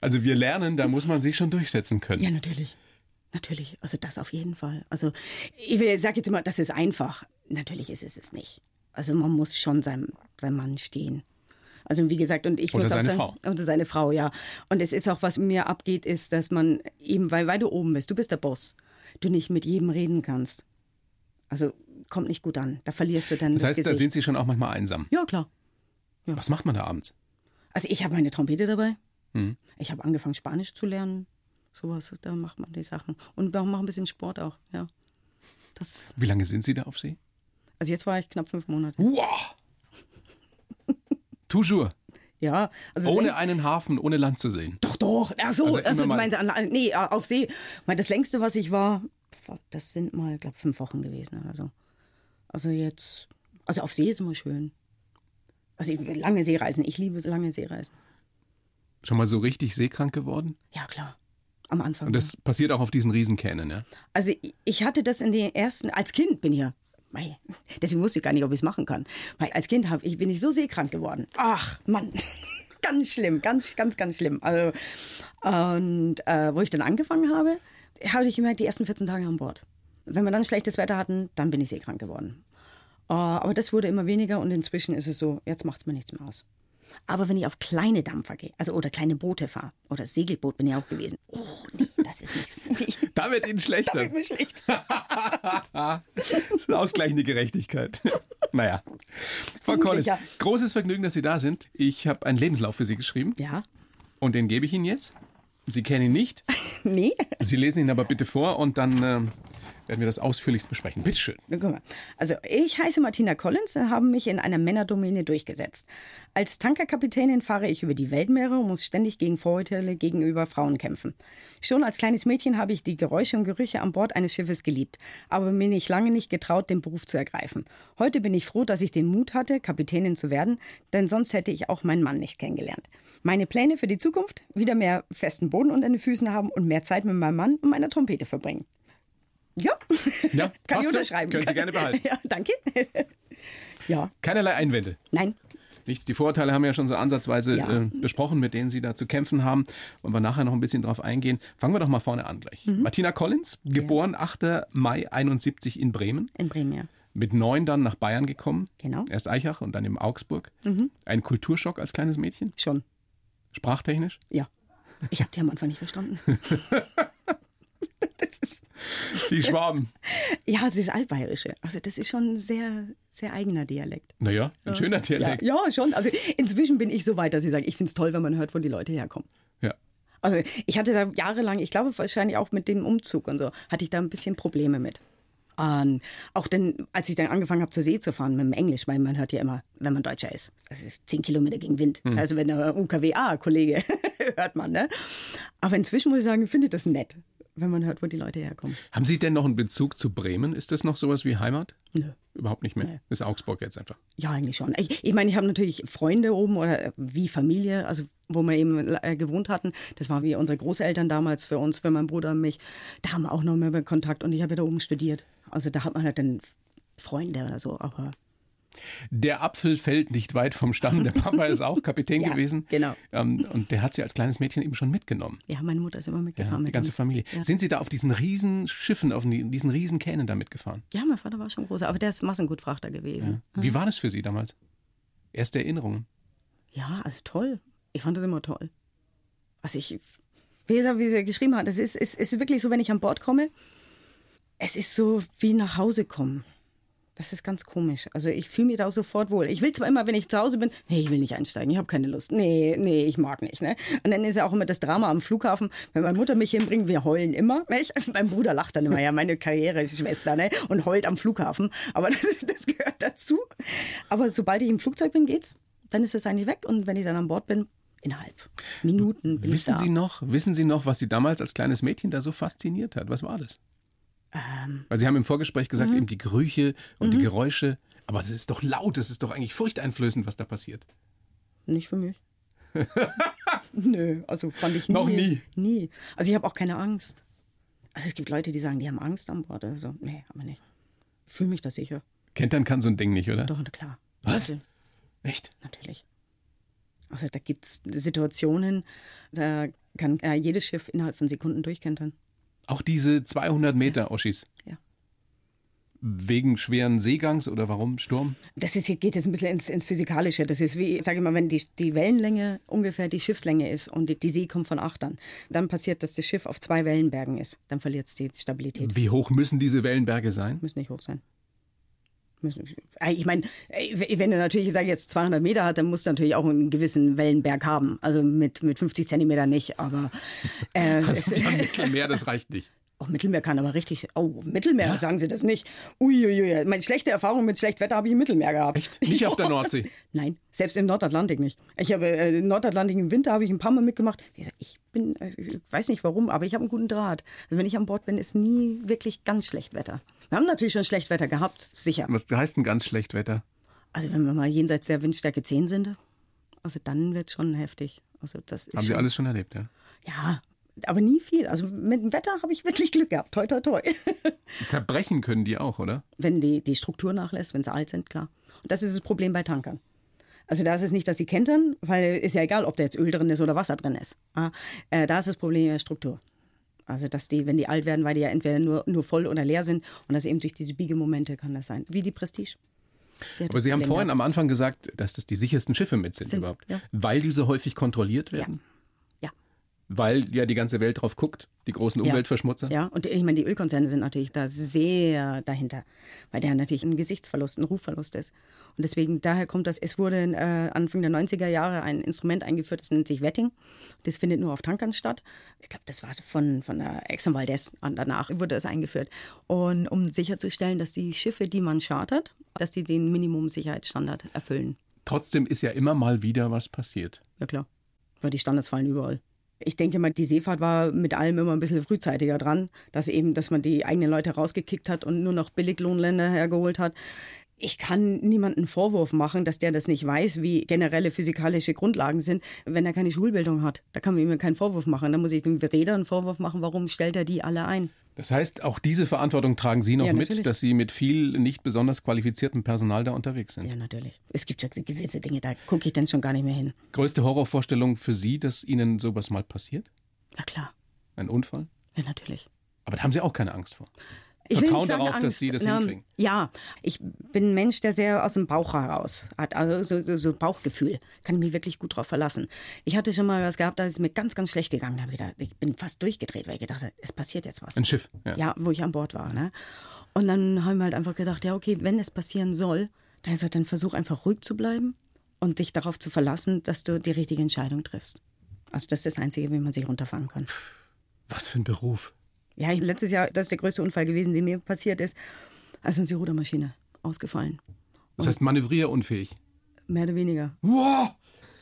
[SPEAKER 2] Also wir lernen, da muss man sich schon durchsetzen können.
[SPEAKER 3] Ja, natürlich. Natürlich. Also das auf jeden Fall. Also ich sage jetzt immer, das ist einfach. Natürlich ist es es nicht. Also man muss schon seinem, seinem Mann stehen. Also wie gesagt, und ich
[SPEAKER 2] Oder
[SPEAKER 3] muss auch
[SPEAKER 2] seine
[SPEAKER 3] sagen,
[SPEAKER 2] Frau.
[SPEAKER 3] Oder seine Frau, ja. Und es ist auch, was mir abgeht, ist, dass man eben, weil, weil du oben bist, du bist der Boss, du nicht mit jedem reden kannst. Also kommt nicht gut an. Da verlierst du dann
[SPEAKER 2] Das
[SPEAKER 3] das,
[SPEAKER 2] heißt, da
[SPEAKER 3] Gesicht.
[SPEAKER 2] sind sie schon auch manchmal einsam.
[SPEAKER 3] ja, klar.
[SPEAKER 2] Was macht man da abends?
[SPEAKER 3] Also ich habe meine Trompete dabei.
[SPEAKER 2] Mhm.
[SPEAKER 3] Ich habe angefangen, Spanisch zu lernen. Sowas, da macht man die Sachen. Und wir machen ein bisschen Sport auch, ja. Das,
[SPEAKER 2] Wie lange sind sie da auf See?
[SPEAKER 3] also jetzt war ich knapp fünf Monate.
[SPEAKER 2] Wow. Toujours.
[SPEAKER 3] Ja, also
[SPEAKER 2] Ohne
[SPEAKER 3] längst-
[SPEAKER 2] einen Hafen, ohne Land zu sehen.
[SPEAKER 3] Doch, doch. Ach so,
[SPEAKER 2] Also
[SPEAKER 3] also,
[SPEAKER 2] immer
[SPEAKER 3] du
[SPEAKER 2] mal-
[SPEAKER 3] meinst, an, nee, auf See. Mein, das längste, was ich war, das sind mal, glaube fünf Wochen gewesen oder so. Also jetzt, also auf See ist immer schön. Also ich- lange Seereisen, ich liebe lange Seereisen.
[SPEAKER 2] Schon mal so richtig seekrank geworden?
[SPEAKER 3] Ja, klar. Am Anfang.
[SPEAKER 2] Und das passiert auch auf diesen Riesenkähnen, ja?
[SPEAKER 3] Also ich- ich hatte das in den ersten, als Kind bin ich ja, mei, deswegen wusste ich gar nicht, ob ich es machen kann. Weil als Kind hab, ich, bin ich so seekrank geworden. Ach, Mann. ganz schlimm, ganz, ganz, ganz schlimm. Also, und äh, wo ich dann angefangen habe, habe ich gemerkt, die ersten 14 Tage an Bord. Wenn wir dann schlechtes Wetter hatten, dann bin ich seekrank geworden. Äh, aber das wurde immer weniger und inzwischen ist es so, jetzt macht es mir nichts mehr aus. Aber wenn ich auf kleine Dampfer gehe, also oder kleine Boote fahre, oder Segelboot bin ich auch gewesen. Oh, nee, das ist nichts. Nee.
[SPEAKER 2] Da wird ihnen
[SPEAKER 3] Da
[SPEAKER 2] schlechter.
[SPEAKER 3] wird mir schlecht.
[SPEAKER 2] Das ist eine ausgleichende Gerechtigkeit. naja. Frau Collins,
[SPEAKER 3] ja.
[SPEAKER 2] großes Vergnügen, dass Sie da sind. Ich habe einen Lebenslauf für Sie geschrieben
[SPEAKER 3] Ja.
[SPEAKER 2] und den gebe ich Ihnen jetzt. Sie kennen ihn nicht.
[SPEAKER 3] Nee.
[SPEAKER 2] Sie lesen ihn aber bitte vor und dann ähm, werden wir das ausführlichst besprechen. Bitteschön.
[SPEAKER 3] Guck mal. Also ich heiße Martina Collins und habe mich in einer Männerdomäne durchgesetzt. Als Tankerkapitänin fahre ich über die Weltmeere und muss ständig gegen Vorurteile gegenüber Frauen kämpfen. Schon als kleines Mädchen habe ich die Geräusche und Gerüche an Bord eines Schiffes geliebt, aber mir nicht lange nicht getraut, den Beruf zu ergreifen. Heute bin ich froh, dass ich den Mut hatte, Kapitänin zu werden, denn sonst hätte ich auch meinen Mann nicht kennengelernt. Meine Pläne für die Zukunft? Wieder mehr festen Boden unter den Füßen haben und mehr Zeit mit meinem Mann und meiner Trompete verbringen. Ja.
[SPEAKER 2] Ja,
[SPEAKER 3] Kann
[SPEAKER 2] passt
[SPEAKER 3] ich
[SPEAKER 2] so.
[SPEAKER 3] unterschreiben.
[SPEAKER 2] Können Sie gerne behalten.
[SPEAKER 3] Ja, danke. ja,
[SPEAKER 2] Keinerlei Einwände.
[SPEAKER 3] nein.
[SPEAKER 2] Nichts. Die Vorurteile haben wir ja schon so ansatzweise
[SPEAKER 3] Ja.
[SPEAKER 2] äh, besprochen, mit denen Sie da zu kämpfen haben. Wollen wir nachher noch ein bisschen drauf eingehen. Fangen wir doch mal vorne an gleich.
[SPEAKER 3] Mhm.
[SPEAKER 2] Martina Collins, geboren 8. Mai 71 in Bremen.
[SPEAKER 3] In Bremen, ja.
[SPEAKER 2] Mit neun dann nach Bayern gekommen.
[SPEAKER 3] Genau. Mhm.
[SPEAKER 2] Erst Eichach und dann im Augsburg. Ein Kulturschock als kleines Mädchen,
[SPEAKER 3] Schon.
[SPEAKER 2] sprachtechnisch.
[SPEAKER 3] Ja. Ich habe die am Anfang nicht verstanden.
[SPEAKER 2] Die Schwaben.
[SPEAKER 3] Ja, das ist altbayerische. Also das ist schon ein sehr, sehr eigener Dialekt.
[SPEAKER 2] Naja, ein schöner
[SPEAKER 3] Ja,
[SPEAKER 2] Dialekt.
[SPEAKER 3] ja, schon. Also inzwischen bin ich so weit, dass ich sage, ich finde es toll, wenn man hört, wo die Leute herkommen.
[SPEAKER 2] Ja.
[SPEAKER 3] Aber Also ich hatte da jahrelang, ich glaube wahrscheinlich auch mit dem Umzug und so, hatte ich da ein bisschen Probleme mit. Und auch dann, als ich dann angefangen habe, zur See zu fahren mit dem Englisch, weil man hört ja immer, wenn man Deutscher ist, das ist 10 Kilometer gegen Wind. Also wenn der UKWA-Kollege hört man, ne? Aber inzwischen muss ich sagen, ich finde das nett, wenn man hört, wo die Leute herkommen.
[SPEAKER 2] Haben Sie denn noch einen Bezug zu Bremen? Ist das noch sowas wie Heimat?
[SPEAKER 3] Nö.
[SPEAKER 2] Überhaupt nicht mehr.
[SPEAKER 3] Nee.
[SPEAKER 2] Ist Augsburg jetzt einfach.
[SPEAKER 3] Ja, eigentlich schon. Ich, ich meine, ich habe natürlich Freunde oben oder äh, wie Familie, also wo wir eben äh, gewohnt hatten. Das waren wie unsere Großeltern damals für uns, für meinen Bruder und mich. Da haben wir auch noch mehr Kontakt und ich habe ja da oben studiert. Also da hat man halt dann Freunde oder so, aber
[SPEAKER 2] Der Apfel fällt nicht weit vom Stamm. Der Papa ist auch Kapitän
[SPEAKER 3] Ja,
[SPEAKER 2] gewesen.
[SPEAKER 3] genau.
[SPEAKER 2] Ähm, und der hat sie als kleines Mädchen eben schon mitgenommen.
[SPEAKER 3] ja, meine Mutter ist immer
[SPEAKER 2] Ja,
[SPEAKER 3] mitgefahren
[SPEAKER 2] die
[SPEAKER 3] mit
[SPEAKER 2] ganze
[SPEAKER 3] uns.
[SPEAKER 2] Familie.
[SPEAKER 3] Ja.
[SPEAKER 2] Sind Sie da auf diesen riesen Schiffen, auf die- diesen riesen Kähnen da mitgefahren?
[SPEAKER 3] ja, mein Vater war schon großer, aber der ist Massengutfrachter gewesen.
[SPEAKER 2] Wie war das für Sie damals? Erste Erinnerungen.
[SPEAKER 3] Ja, also toll. Ich fand das immer toll. Also ich, wie gesagt, wie sie geschrieben hat, es ist, es ist wirklich so, wenn ich an Bord komme, es ist so wie nach Hause kommen. Das ist ganz komisch. Also ich fühle mich da auch sofort wohl. Ich will zwar immer, wenn ich zu Hause bin, nee, ich will nicht einsteigen, ich habe keine Lust. Nee, nee, ich mag nicht. Ne? Und dann ist ja auch immer das Drama am Flughafen, wenn meine Mutter mich hinbringt, wir heulen immer. Nicht? Also mein Bruder lacht dann immer, ja, meine Karriere ist Schwester, ne? und heult am Flughafen. Aber das, ist, das gehört dazu. Aber sobald ich im Flugzeug bin, geht's. Dann ist es eigentlich weg. Und wenn ich dann an Bord bin, innerhalb Minuten bin
[SPEAKER 2] Wissen
[SPEAKER 3] ich da.
[SPEAKER 2] Sie noch, wissen Sie noch, was Sie damals als kleines Mädchen da so fasziniert hat? Was war das?
[SPEAKER 3] Ähm.
[SPEAKER 2] Weil Sie haben im Vorgespräch gesagt,
[SPEAKER 3] Mhm.
[SPEAKER 2] eben die Gerüche und die Geräusche. Aber das ist doch laut, das ist doch eigentlich furchteinflößend, was da passiert.
[SPEAKER 3] Nicht für mich. Nö, also fand ich nie.
[SPEAKER 2] Noch nie?
[SPEAKER 3] Nie. Also ich habe auch keine Angst. Also es gibt Leute, die sagen, die haben Angst an Bord. Also nee, aber nicht. Fühle mich da sicher.
[SPEAKER 2] Kentern kann so ein Ding nicht, oder?
[SPEAKER 3] Doch, na klar.
[SPEAKER 2] Was?
[SPEAKER 3] Also,
[SPEAKER 2] Echt?
[SPEAKER 3] natürlich. Also da gibt es Situationen, da kann äh, jedes Schiff innerhalb von Sekunden durchkentern.
[SPEAKER 2] Auch diese 200 Meter Oschis?
[SPEAKER 3] Ja.
[SPEAKER 2] Wegen schweren Seegangs oder warum? Sturm?
[SPEAKER 3] Das ist, hier geht jetzt ein bisschen ins, ins Physikalische. Das ist wie, sage ich mal, wenn die, die Wellenlänge ungefähr die Schiffslänge ist und die, die See kommt von acht an, dann passiert, dass das Schiff auf zwei Wellenbergen ist. Dann verliert es die Stabilität.
[SPEAKER 2] Wie hoch müssen diese Wellenberge sein?
[SPEAKER 3] Müssen nicht hoch sein. Müssen, Äh, ich meine, äh, wenn du natürlich, ich sage jetzt 200 Meter hat, dann musst du natürlich auch einen gewissen Wellenberg haben. Also mit, mit 50 Zentimeter nicht, aber äh,
[SPEAKER 2] Also
[SPEAKER 3] es,
[SPEAKER 2] wie am Mittelmeer, das reicht nicht.
[SPEAKER 3] auch Mittelmeer kann aber richtig, oh, Mittelmeer sagen sie das nicht. Uiuiui, meine schlechte Erfahrung mit schlechtem Wetter habe ich im Mittelmeer gehabt.
[SPEAKER 2] Echt? Nicht auf der Nordsee?
[SPEAKER 3] Nein, selbst im Nordatlantik nicht. Ich habe äh, im Nordatlantik im Winter habe ich ein paar Mal mitgemacht. Wie gesagt, Ich bin, äh, ich weiß nicht warum, aber ich habe einen guten Draht. Also wenn ich an Bord bin, ist nie wirklich ganz schlecht Wetter. Wir haben natürlich schon schlecht Wetter gehabt, sicher.
[SPEAKER 2] Was heißt denn ganz schlecht Wetter?
[SPEAKER 3] Also wenn wir mal jenseits der Windstärke 10 sind, also dann wird schon heftig. Also das ist
[SPEAKER 2] Haben Sie
[SPEAKER 3] schon,
[SPEAKER 2] alles schon erlebt, ja?
[SPEAKER 3] ja, aber nie viel. Also mit dem Wetter habe ich wirklich Glück gehabt. Toi, toi, toi.
[SPEAKER 2] Zerbrechen können die auch, oder?
[SPEAKER 3] wenn die, die Struktur nachlässt, wenn sie alt sind, klar. Und das ist das Problem bei Tankern. Also da ist es nicht, dass sie kentern, weil ist ja egal, ob da jetzt Öl drin ist oder Wasser drin ist. Ah, äh, da ist das Problem in der Struktur. Also dass die, wenn die alt werden, weil die ja entweder nur, nur voll oder leer sind und das eben durch diese Biegemomente kann das sein. Wie die Prestige. Die hat
[SPEAKER 2] Aber
[SPEAKER 3] das
[SPEAKER 2] Sie haben
[SPEAKER 3] Problem
[SPEAKER 2] vorhin am
[SPEAKER 3] gehabt.
[SPEAKER 2] Anfang gesagt, dass das die sichersten Schiffe mit sind
[SPEAKER 3] Sind's,
[SPEAKER 2] überhaupt.
[SPEAKER 3] ja.
[SPEAKER 2] Weil diese häufig kontrolliert werden.
[SPEAKER 3] Ja.
[SPEAKER 2] Weil ja die ganze Welt drauf guckt, die großen
[SPEAKER 3] Ja.
[SPEAKER 2] Umweltverschmutzer.
[SPEAKER 3] Ja, und ich meine, die Ölkonzerne sind natürlich da sehr dahinter, weil der natürlich ein Gesichtsverlust, ein Rufverlust ist. Und deswegen, daher kommt das, es wurde äh, Anfang der 90er Jahre ein Instrument eingeführt, das nennt sich Wetting. Das findet nur auf Tankern statt. Ich glaube, das war von, von der Exxon Valdez an, danach wurde das eingeführt. Und um sicherzustellen, dass die Schiffe, die man chartert, dass die den Minimum-Sicherheitsstandard erfüllen.
[SPEAKER 2] Trotzdem ist ja immer mal wieder was passiert.
[SPEAKER 3] Ja klar, weil die Standards fallen überall. Ich denke mal, die Seefahrt war mit allem immer ein bisschen frühzeitiger dran, dass eben, dass man die eigenen Leute rausgekickt hat und nur noch Billiglohnländer hergeholt hat. Ich kann niemanden einen Vorwurf machen, dass der das nicht weiß, wie generelle physikalische Grundlagen sind, wenn er keine Schulbildung hat. Da kann man ihm ja keinen Vorwurf machen. Da muss ich dem Räder einen Vorwurf machen, warum stellt er die alle ein?
[SPEAKER 2] Das heißt, auch diese Verantwortung tragen Sie noch
[SPEAKER 3] Ja,
[SPEAKER 2] mit,
[SPEAKER 3] natürlich.
[SPEAKER 2] dass Sie mit viel nicht besonders qualifiziertem Personal da unterwegs sind.
[SPEAKER 3] Ja, natürlich. Es gibt ja gewisse Dinge, da gucke ich dann schon gar nicht mehr hin.
[SPEAKER 2] Größte Horrorvorstellung für Sie, dass Ihnen sowas mal passiert?
[SPEAKER 3] Na klar,
[SPEAKER 2] Ein Unfall?
[SPEAKER 3] ja, natürlich.
[SPEAKER 2] Aber da haben Sie auch keine Angst vor.
[SPEAKER 3] Ich will
[SPEAKER 2] Vertrauen
[SPEAKER 3] nicht sagen
[SPEAKER 2] darauf, dass
[SPEAKER 3] Angst.
[SPEAKER 2] Sie das
[SPEAKER 3] Na,
[SPEAKER 2] hinkriegen.
[SPEAKER 3] Ja, ich bin ein Mensch, der sehr aus dem Bauch heraus hat, also so, so, so Bauchgefühl. Kann ich mich wirklich gut drauf verlassen. Ich hatte schon mal was gehabt, da ist es mir ganz, ganz schlecht gegangen. Da habe ich gedacht, ich bin fast durchgedreht, weil ich gedacht habe, es passiert jetzt was.
[SPEAKER 2] Ein Schiff. Ja.
[SPEAKER 3] Ja, wo ich an Bord war. Ne? Und dann haben wir halt einfach gedacht, ja, okay, wenn es passieren soll, dann ist halt dann versuch einfach ruhig zu bleiben und dich darauf zu verlassen, dass du die richtige Entscheidung triffst. Also das ist das Einzige, wie man sich runterfahren kann.
[SPEAKER 2] Was für ein Beruf.
[SPEAKER 3] Ja, ich, letztes Jahr, das ist der größte Unfall gewesen, der mir passiert ist. Also unsere Rudermaschine ausgefallen.
[SPEAKER 2] Das heißt manövrierunfähig.
[SPEAKER 3] Mehr oder weniger.
[SPEAKER 2] Wow!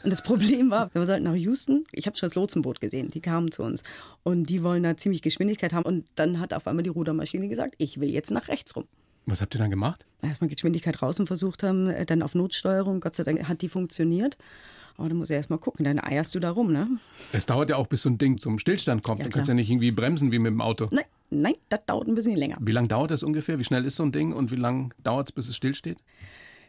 [SPEAKER 3] Und das Problem war, wir sollten nach Houston. Ich habe schon das Lotsenboot gesehen. Die kamen zu uns. Und die wollen da ziemlich Geschwindigkeit haben. Und dann hat auf einmal die Rudermaschine gesagt, ich will jetzt nach rechts rum.
[SPEAKER 2] Was habt ihr dann gemacht?
[SPEAKER 3] Erstmal Geschwindigkeit raus und versucht haben, äh, dann auf Notsteuerung. Gott sei Dank hat die funktioniert. Aber dann muss er erstmal gucken, dann eierst du da rum, ne?
[SPEAKER 2] Es dauert ja auch, bis so ein Ding zum Stillstand kommt.
[SPEAKER 3] Ja,
[SPEAKER 2] dann kannst du
[SPEAKER 3] klar.
[SPEAKER 2] ja nicht irgendwie bremsen wie mit dem Auto.
[SPEAKER 3] Nein, nein, das dauert ein bisschen länger.
[SPEAKER 2] Wie lange dauert das ungefähr? Wie schnell ist so ein Ding? Und wie lange dauert es, bis es stillsteht?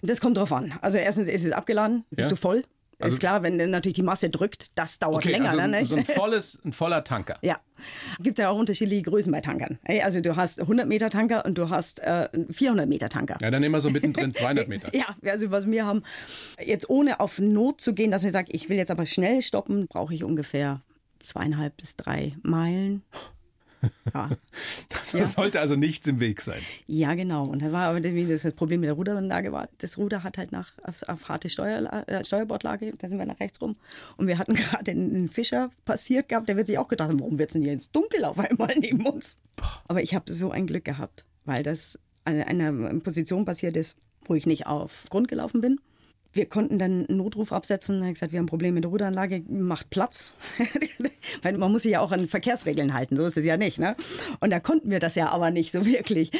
[SPEAKER 3] Das kommt drauf an. Also erstens ist es abgeladen, bist
[SPEAKER 2] Ja.
[SPEAKER 3] du voll.
[SPEAKER 2] Also-
[SPEAKER 3] ist klar, wenn dann natürlich die Masse drückt, das dauert länger.
[SPEAKER 2] also
[SPEAKER 3] ne?
[SPEAKER 2] ein- so ein, volles, ein voller Tanker.
[SPEAKER 3] Ja, gibt ja auch unterschiedliche Größen bei Tankern. Ey, Also du hast 100 Meter Tanker und du hast äh, 400 Meter Tanker.
[SPEAKER 2] Ja, dann nehmen wir so mittendrin 200 Meter.
[SPEAKER 3] Ja, also was wir haben, jetzt ohne auf Not zu gehen, dass wir sagen, ich will jetzt aber schnell stoppen, brauche ich ungefähr zweieinhalb bis drei Meilen. Ja,
[SPEAKER 2] Das
[SPEAKER 3] Ja.
[SPEAKER 2] sollte also nichts im Weg sein.
[SPEAKER 3] ja genau. Und da war aber deswegen das das Problem mit der Ruderanlage war, das Ruder hat halt nach auf, auf harte Steuerla äh, Steuerbordlage, da sind wir nach rechts rum. Und wir hatten gerade einen Fischer passiert gehabt, der wird sich auch gedacht haben, warum wird es denn hier ins Dunkel auf einmal neben uns? Aber ich habe so ein Glück gehabt, weil das an einer Position passiert ist, wo ich nicht auf Grund gelaufen bin. Wir konnten dann einen Notruf absetzen. Er hat gesagt, wir haben ein Problem mit der Ruderanlage, macht Platz. Weil man muss sich ja auch an Verkehrsregeln halten, so ist es ja nicht. Ne? Und da konnten wir das ja aber nicht so wirklich.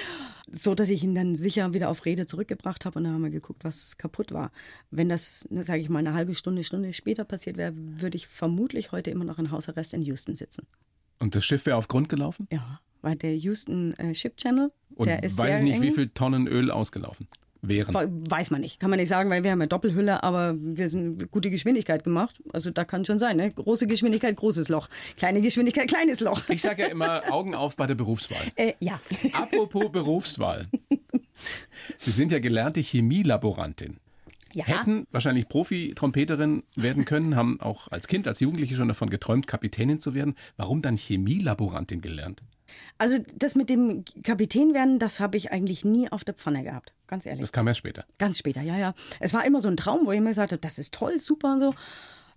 [SPEAKER 3] So, dass ich ihn dann sicher wieder auf Rede zurückgebracht habe und dann haben wir geguckt, was kaputt war. Wenn das, sage ich mal, eine halbe Stunde, Stunde später passiert wäre, würde ich vermutlich heute immer noch in Hausarrest in Houston sitzen.
[SPEAKER 2] Und das Schiff wäre auf Grund gelaufen?
[SPEAKER 3] Ja, weil der Houston äh, Ship Channel,
[SPEAKER 2] Und
[SPEAKER 3] der ist
[SPEAKER 2] weiß
[SPEAKER 3] sehr
[SPEAKER 2] ich nicht,
[SPEAKER 3] eng.
[SPEAKER 2] wie viel Tonnen Öl ausgelaufen wären.
[SPEAKER 3] Wa- Weiß man nicht, kann man nicht sagen, weil wir haben ja Doppelhülle, aber wir sind gute Geschwindigkeit gemacht. Also da kann schon sein, ne? Große Geschwindigkeit, großes Loch. Kleine Geschwindigkeit, kleines Loch.
[SPEAKER 2] Ich sage ja immer, Augen auf bei der Berufswahl.
[SPEAKER 3] Äh, ja.
[SPEAKER 2] Apropos Berufswahl. Sie sind ja gelernte Chemielaborantin.
[SPEAKER 3] ja.
[SPEAKER 2] Hätten wahrscheinlich Profi-Trompeterin werden können, haben auch als Kind, als Jugendliche schon davon geträumt, Kapitänin zu werden. Warum dann Chemielaborantin gelernt?
[SPEAKER 3] Also das mit dem Kapitän werden, das habe ich eigentlich nie auf der Pfanne gehabt. Ganz ehrlich.
[SPEAKER 2] Das kam erst später.
[SPEAKER 3] Ganz später, ja, ja. Es war immer so ein Traum, wo ich immer gesagt habe, das ist toll, super und so.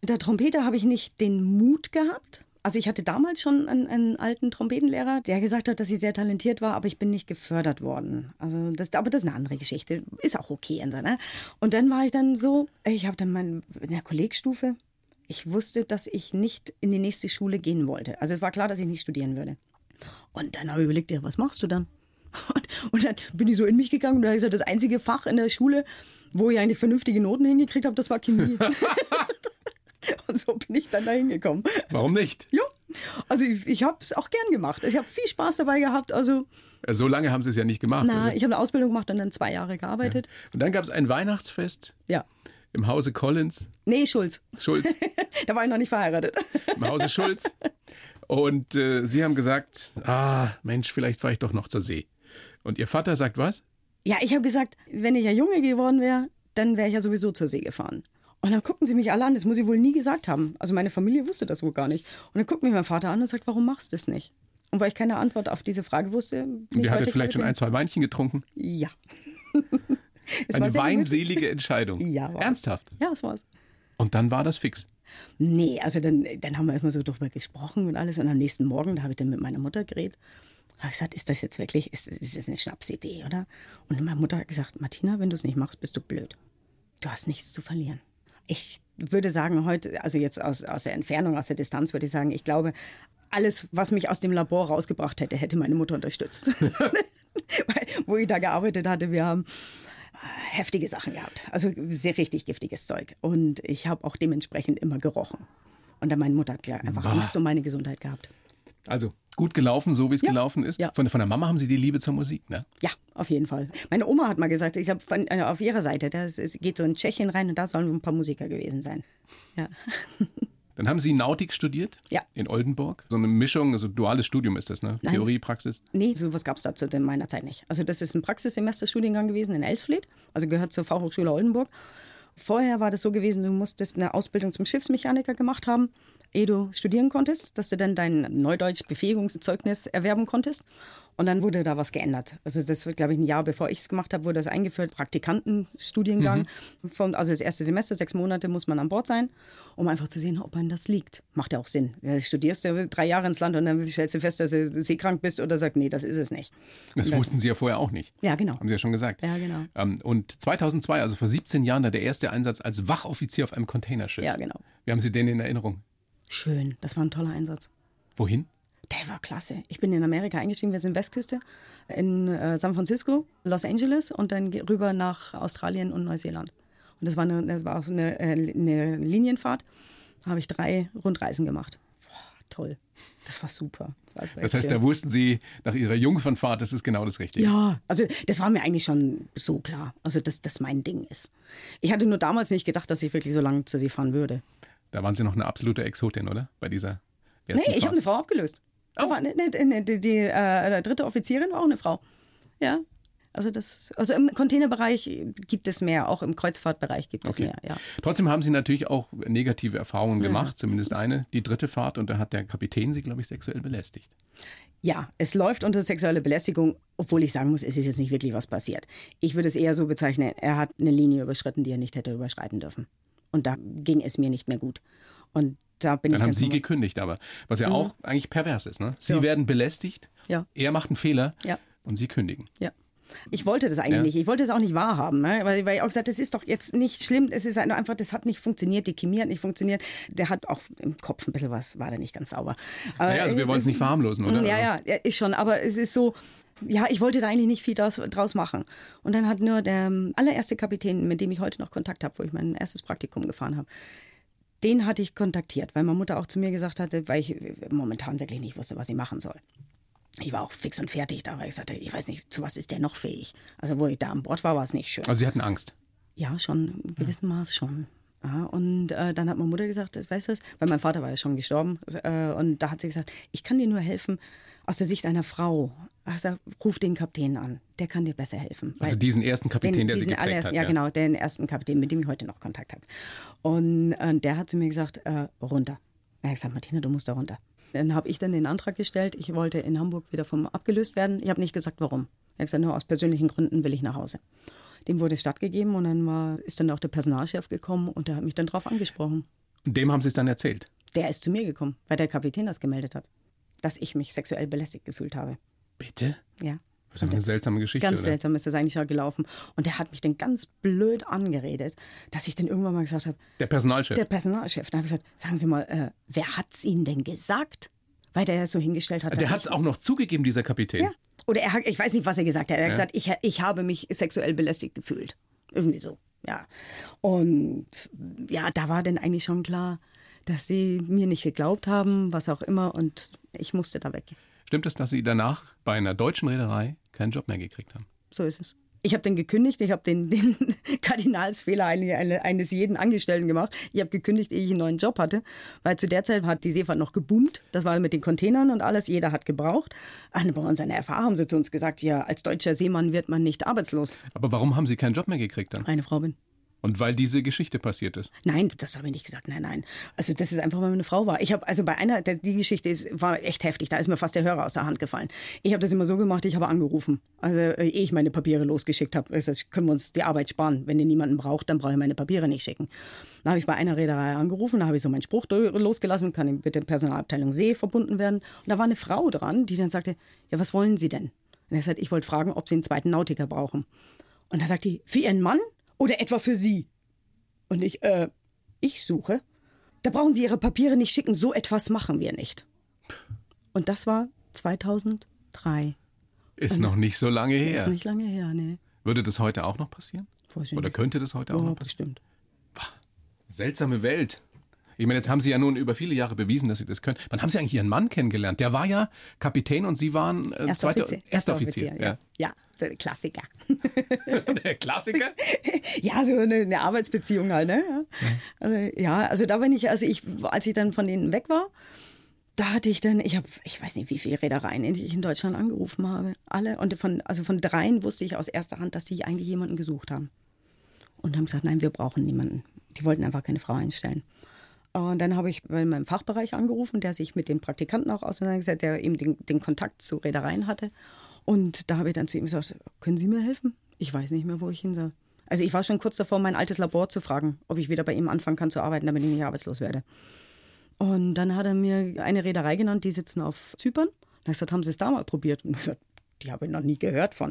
[SPEAKER 3] Mit Der Trompete habe ich nicht den Mut gehabt. Also ich hatte damals schon einen, einen alten Trompetenlehrer, der gesagt hat, dass ich sehr talentiert war, aber ich bin nicht gefördert worden. Also das, aber das ist eine andere Geschichte. Ist auch okay. Und, so, ne? und dann war ich dann so, ich habe dann mein, in der Kollegstufe, ich wusste, dass ich nicht in die nächste Schule gehen wollte. Also es war klar, dass ich nicht studieren würde. Und dann habe ich überlegt, ja, was machst du dann? Und, und dann bin ich so in mich gegangen und da habe ich gesagt, das einzige Fach in der Schule, wo ich eigentlich vernünftige Noten hingekriegt habe, das war Chemie. und so bin ich dann da hingekommen.
[SPEAKER 2] Warum nicht?
[SPEAKER 3] Ja, also ich, ich habe es auch gern gemacht. Also Ich habe viel Spaß dabei gehabt. Also,
[SPEAKER 2] Äh, So lange haben sie es ja nicht gemacht.
[SPEAKER 3] na,
[SPEAKER 2] Also-
[SPEAKER 3] ich habe eine Ausbildung gemacht und dann zwei Jahre gearbeitet.
[SPEAKER 2] Und dann gab es ein Weihnachtsfest
[SPEAKER 3] Ja.
[SPEAKER 2] im Hause Collins,
[SPEAKER 3] Nee, Schulz.
[SPEAKER 2] Schulz,
[SPEAKER 3] da war ich noch nicht verheiratet.
[SPEAKER 2] im Hause Schulz. Und äh, sie haben gesagt, ah, Mensch, vielleicht fahre ich doch noch zur See. Und ihr Vater sagt was?
[SPEAKER 3] Ja, ich habe gesagt, wenn ich ja Junge geworden wäre, dann wäre ich ja sowieso zur See gefahren. Und dann gucken sie mich alle an, das muss ich wohl nie gesagt haben. Also meine Familie wusste das wohl gar nicht. Und dann guckt mich mein Vater an und sagt, warum machst du es nicht? Und weil ich keine Antwort auf diese Frage wusste, bin
[SPEAKER 2] Und
[SPEAKER 3] ich
[SPEAKER 2] ihr hattet
[SPEAKER 3] heute
[SPEAKER 2] vielleicht schon ein, zwei Weinchen getrunken.
[SPEAKER 3] Ja. Es war
[SPEAKER 2] Eine
[SPEAKER 3] sehr
[SPEAKER 2] weinselige Entscheidung.
[SPEAKER 3] Ja, war's.
[SPEAKER 2] Ernsthaft.
[SPEAKER 3] gemütlich. Ja, das war's.
[SPEAKER 2] Und dann war das fix.
[SPEAKER 3] Nee, also dann, dann haben wir erstmal so drüber gesprochen und alles. Und am nächsten Morgen, da habe ich dann mit meiner Mutter geredet. Da habe ich gesagt, ist das jetzt wirklich, ist, ist das eine Schnapsidee, oder? Und meine Mutter hat gesagt, Martina, wenn du es nicht machst, bist du blöd. Du hast nichts zu verlieren. Ich würde sagen, heute, also jetzt aus, aus der Entfernung, aus der Distanz, würde ich sagen, ich glaube, alles, was mich aus dem Labor rausgebracht hätte, hätte meine Mutter unterstützt. Weil, wo ich da gearbeitet hatte, wir haben äh, heftige Sachen gehabt. Also sehr richtig giftiges Zeug. Und ich habe auch dementsprechend immer gerochen. Und dann meine Mutter hat klar einfach Angst um meine Gesundheit gehabt.
[SPEAKER 2] Also gut gelaufen, so wie es gelaufen ist.
[SPEAKER 3] Ja.
[SPEAKER 2] Von, von der Mama haben Sie die Liebe zur Musik, ne?
[SPEAKER 3] Ja, auf jeden Fall. Meine Oma hat mal gesagt, ich glaube, äh, auf ihrer Seite, da ist- es geht so in Tschechien rein und da sollen ein paar Musiker gewesen sein. Ja.
[SPEAKER 2] Dann haben Sie Nautik studiert
[SPEAKER 3] Ja.
[SPEAKER 2] in Oldenburg. So eine Mischung, also duales Studium ist das, ne?
[SPEAKER 3] Nein.
[SPEAKER 2] Theorie, Praxis.
[SPEAKER 3] Nee, sowas gab es dazu in meiner Zeit nicht. Also das ist ein Praxissemesterstudiengang gewesen in Elsfleth, also gehört zur Fachhochschule Oldenburg. Vorher war das so gewesen, du musstest eine Ausbildung zum Schiffsmechaniker gemacht haben, eh ehe du studieren konntest, dass du dann dein Neudeutsch-Befähigungszeugnis erwerben konntest. Und dann wurde da was geändert. Also das war, glaube ich, ein Jahr bevor ich es gemacht habe, wurde das eingeführt. Praktikantenstudiengang. Von, also das erste Semester, sechs Monate muss man an Bord sein, um einfach zu sehen, ob man das liegt. Macht ja auch Sinn. Ja, studierst du drei Jahre ins Land und dann stellst du fest, dass du seekrank bist oder sagst, nee, das ist es nicht.
[SPEAKER 2] Das wussten Sie ja vorher auch nicht.
[SPEAKER 3] Ja, genau.
[SPEAKER 2] Haben Sie ja schon gesagt.
[SPEAKER 3] Ja, genau.
[SPEAKER 2] Ähm, und 2002, also vor 17 Jahren, da der erste Einsatz als Wachoffizier auf einem Containerschiff.
[SPEAKER 3] Ja, genau.
[SPEAKER 2] Wie haben Sie den in Erinnerung?
[SPEAKER 3] Schön, das war ein toller Einsatz.
[SPEAKER 2] Wohin?
[SPEAKER 3] Der war klasse. Ich bin in Amerika eingestiegen, wir sind Westküste, in äh, San Francisco, Los Angeles und dann ge- rüber nach Australien und Neuseeland. Und das war eine, das war auch so eine, äh, eine Linienfahrt. Da habe ich drei Rundreisen gemacht. Boah, toll. Das war super. Das, war
[SPEAKER 2] Das
[SPEAKER 3] echt
[SPEAKER 2] heißt,
[SPEAKER 3] schön.
[SPEAKER 2] da wussten Sie nach Ihrer Jungfernfahrt, das ist genau das Richtige.
[SPEAKER 3] ja, also das war mir eigentlich schon so klar, also dass das mein Ding ist. Ich hatte nur damals nicht gedacht, dass ich wirklich so lange zur See fahren würde.
[SPEAKER 2] Da waren Sie noch eine absolute Exotin, oder? Bei dieser ersten
[SPEAKER 3] Nee, ich habe
[SPEAKER 2] Fahrt.
[SPEAKER 3] eine Frau abgelöst.
[SPEAKER 2] Oh.
[SPEAKER 3] Da war eine, eine, eine, die die äh, dritte Offizierin war auch eine Frau. Ja. Also, das, also im Containerbereich gibt es mehr, auch im Kreuzfahrtbereich gibt es
[SPEAKER 2] Okay.
[SPEAKER 3] mehr. Ja.
[SPEAKER 2] Trotzdem haben Sie natürlich auch negative Erfahrungen gemacht, zumindest eine, die dritte Fahrt, und da hat der Kapitän Sie, glaube ich, sexuell belästigt.
[SPEAKER 3] ja, es läuft unter sexuelle Belästigung, obwohl ich sagen muss, es ist jetzt nicht wirklich was passiert. Ich würde es eher so bezeichnen, er hat eine Linie überschritten, die er nicht hätte überschreiten dürfen. Und da ging es mir nicht mehr gut. Und da bin
[SPEAKER 2] Dann
[SPEAKER 3] ich
[SPEAKER 2] haben
[SPEAKER 3] dann
[SPEAKER 2] Sie
[SPEAKER 3] zum-
[SPEAKER 2] gekündigt, aber was ja auch eigentlich pervers ist. Ne? Sie
[SPEAKER 3] Mhm. Ja.
[SPEAKER 2] werden belästigt,
[SPEAKER 3] Ja.
[SPEAKER 2] er macht einen Fehler
[SPEAKER 3] Ja.
[SPEAKER 2] und Sie kündigen.
[SPEAKER 3] Ja. Ich wollte das eigentlich
[SPEAKER 2] Ja.
[SPEAKER 3] nicht. Ich wollte es auch nicht wahrhaben, ne? weil, weil ich auch gesagt das ist doch jetzt nicht schlimm. Es ist halt einfach, das hat nicht funktioniert. Die Chemie hat nicht funktioniert. Der hat auch im Kopf ein bisschen was, war da nicht ganz sauber. Aber,
[SPEAKER 2] Naja, also wir wollen es nicht verharmlosen, oder?
[SPEAKER 3] ja, ja, ja, ich schon. Aber es ist so, ja, ich wollte da eigentlich nicht viel draus, draus machen. Und dann hat nur der ähm, allererste Kapitän, mit dem ich heute noch Kontakt habe, wo ich mein erstes Praktikum gefahren habe, den hatte ich kontaktiert, weil meine Mutter auch zu mir gesagt hatte, weil ich äh, momentan wirklich nicht wusste, was sie machen soll. Ich war auch fix und fertig da, weil ich sagte, ich weiß nicht, zu was ist der noch fähig? Also, wo ich da an Bord war, war es nicht schön.
[SPEAKER 2] Also Sie hatten Angst.
[SPEAKER 3] Ja, schon, in gewissem Maß schon. Ja, und äh, dann hat meine Mutter gesagt, das- weißt du was, weil mein Vater war ja schon gestorben. Äh, und da hat sie gesagt, ich kann dir nur helfen aus der Sicht einer Frau. Also, ruf den Kapitän an, der kann dir besser helfen.
[SPEAKER 2] Also
[SPEAKER 3] Weil-
[SPEAKER 2] diesen ersten Kapitän,
[SPEAKER 3] den,
[SPEAKER 2] der Sie
[SPEAKER 3] diesen
[SPEAKER 2] geprägt
[SPEAKER 3] allerersten,
[SPEAKER 2] hat.
[SPEAKER 3] Ja, genau, den ersten Kapitän, mit dem ich heute noch Kontakt habe. Und äh, der hat zu mir gesagt, äh, runter. Er hat gesagt, Martina, du musst da runter. Dann habe ich dann den Antrag gestellt. Ich wollte in Hamburg wieder vom abgelöst werden. Ich habe nicht gesagt, warum. Er hat gesagt, nur aus persönlichen Gründen will ich nach Hause. Dem wurde stattgegeben und dann war, ist dann auch der Personalchef gekommen und der hat mich dann drauf angesprochen.
[SPEAKER 2] Und dem haben Sie es dann erzählt.
[SPEAKER 3] Der ist zu mir gekommen, weil der Kapitän das gemeldet hat, dass ich mich sexuell belästigt gefühlt habe.
[SPEAKER 2] Bitte?
[SPEAKER 3] Ja.
[SPEAKER 2] Das ist aber eine seltsame Geschichte, ne?
[SPEAKER 3] Ganz
[SPEAKER 2] oder?
[SPEAKER 3] seltsam ist das eigentlich auch gelaufen. Und der hat mich dann ganz blöd angeredet, dass ich dann irgendwann mal gesagt habe,
[SPEAKER 2] Der Personalchef.
[SPEAKER 3] der Personalchef, dann habe ich gesagt, sagen Sie mal, äh, wer hat's Ihnen denn gesagt? Weil der es so hingestellt hat.
[SPEAKER 2] der
[SPEAKER 3] dass
[SPEAKER 2] hat es auch noch zugegeben, dieser Kapitän.
[SPEAKER 3] ich, ja. Oder er hat, ich weiß nicht, was er gesagt hat. Er hat gesagt, ich, ich habe mich sexuell belästigt gefühlt. Irgendwie so, ja. Und ja, da war dann eigentlich schon klar, dass sie mir nicht geglaubt haben, was auch immer. Und ich musste da weg.
[SPEAKER 2] Stimmt es, dass Sie danach bei einer deutschen Reederei keinen Job mehr gekriegt haben?
[SPEAKER 3] So ist es. Ich habe den gekündigt, ich habe den, den Kardinalsfehler eine- eine- eines jeden Angestellten gemacht. Ich habe gekündigt, ehe ich einen neuen Job hatte, weil zu der Zeit hat die Seefahrt noch geboomt. Das war mit den Containern und alles, jeder hat gebraucht. Aber bei uns an der FH haben sie zu uns gesagt, ja, als deutscher Seemann wird man nicht arbeitslos.
[SPEAKER 2] Aber warum haben Sie keinen Job mehr gekriegt dann?
[SPEAKER 3] Eine Frau bin.
[SPEAKER 2] Und weil diese Geschichte passiert ist.
[SPEAKER 3] Nein, das habe ich nicht gesagt. Nein, nein. Also das ist einfach, weil man eine Frau war. Ich habe also bei einer, der, die Geschichte ist, war echt heftig. Da ist mir fast der Hörer aus der Hand gefallen. Ich habe das immer so gemacht. Ich habe angerufen, also äh, ehe ich meine Papiere losgeschickt habe. Also können wir uns die Arbeit sparen. Wenn ihr niemanden braucht, dann brauche ich meine Papiere nicht schicken. Dann habe ich bei einer Reederei angerufen. Da habe ich so meinen Spruch dr- losgelassen. Kann ich mit der Personalabteilung See verbunden werden? Und da war eine Frau dran, die dann sagte, ja, was wollen Sie denn? Und er sagt, ich wollte fragen, ob Sie einen zweiten Nautiker brauchen. Und da sagt die, für Ihren Mann oder etwa für Sie? Und ich, äh, ich suche. Da brauchen Sie Ihre Papiere nicht schicken. So etwas machen wir nicht. Und das war 2003.
[SPEAKER 2] Ist noch nicht so lange her.
[SPEAKER 3] Ist nicht lange her, ne?
[SPEAKER 2] Würde das heute auch noch passieren?
[SPEAKER 3] Weiß ich
[SPEAKER 2] Oder
[SPEAKER 3] nicht.
[SPEAKER 2] könnte das heute auch
[SPEAKER 3] Ja,
[SPEAKER 2] noch passieren?
[SPEAKER 3] bestimmt.
[SPEAKER 2] Seltsame Welt. Ich meine, jetzt haben Sie ja nun über viele Jahre bewiesen, dass Sie das können. Wann haben Sie eigentlich Ihren Mann kennengelernt? Der war ja Kapitän und Sie waren äh,
[SPEAKER 3] Erster
[SPEAKER 2] zweiter
[SPEAKER 3] Offizier.
[SPEAKER 2] Erster Offizier.
[SPEAKER 3] ja. Ja, der Klassiker.
[SPEAKER 2] ja. Der Klassiker?
[SPEAKER 3] ja, so eine, eine Arbeitsbeziehung halt, ne? Ja. Also, ja, also da bin ich, also ich, als ich dann von denen weg war, da hatte ich dann, ich habe, ich weiß nicht, wie viele Reedereien ich in Deutschland angerufen habe. Alle. Und von, also von dreien wusste ich aus erster Hand, dass die eigentlich jemanden gesucht haben. Und haben gesagt, nein, wir brauchen niemanden. Die wollten einfach keine Frau einstellen. Und dann habe ich bei meinem Fachbereich angerufen, der sich mit den Praktikanten auch auseinandergesetzt, der eben den, den Kontakt zu Reedereien hatte. Und da habe ich dann zu ihm gesagt, können Sie mir helfen? Ich weiß nicht mehr, wo ich hin soll. Also ich war schon kurz davor, mein altes Labor zu fragen, ob ich wieder bei ihm anfangen kann zu arbeiten, damit ich nicht arbeitslos werde. Und dann hat er mir eine Reederei genannt, die sitzen auf Zypern. Da gesagt, haben Sie es da mal probiert? Und ich gesagt, die habe ich noch nie gehört von.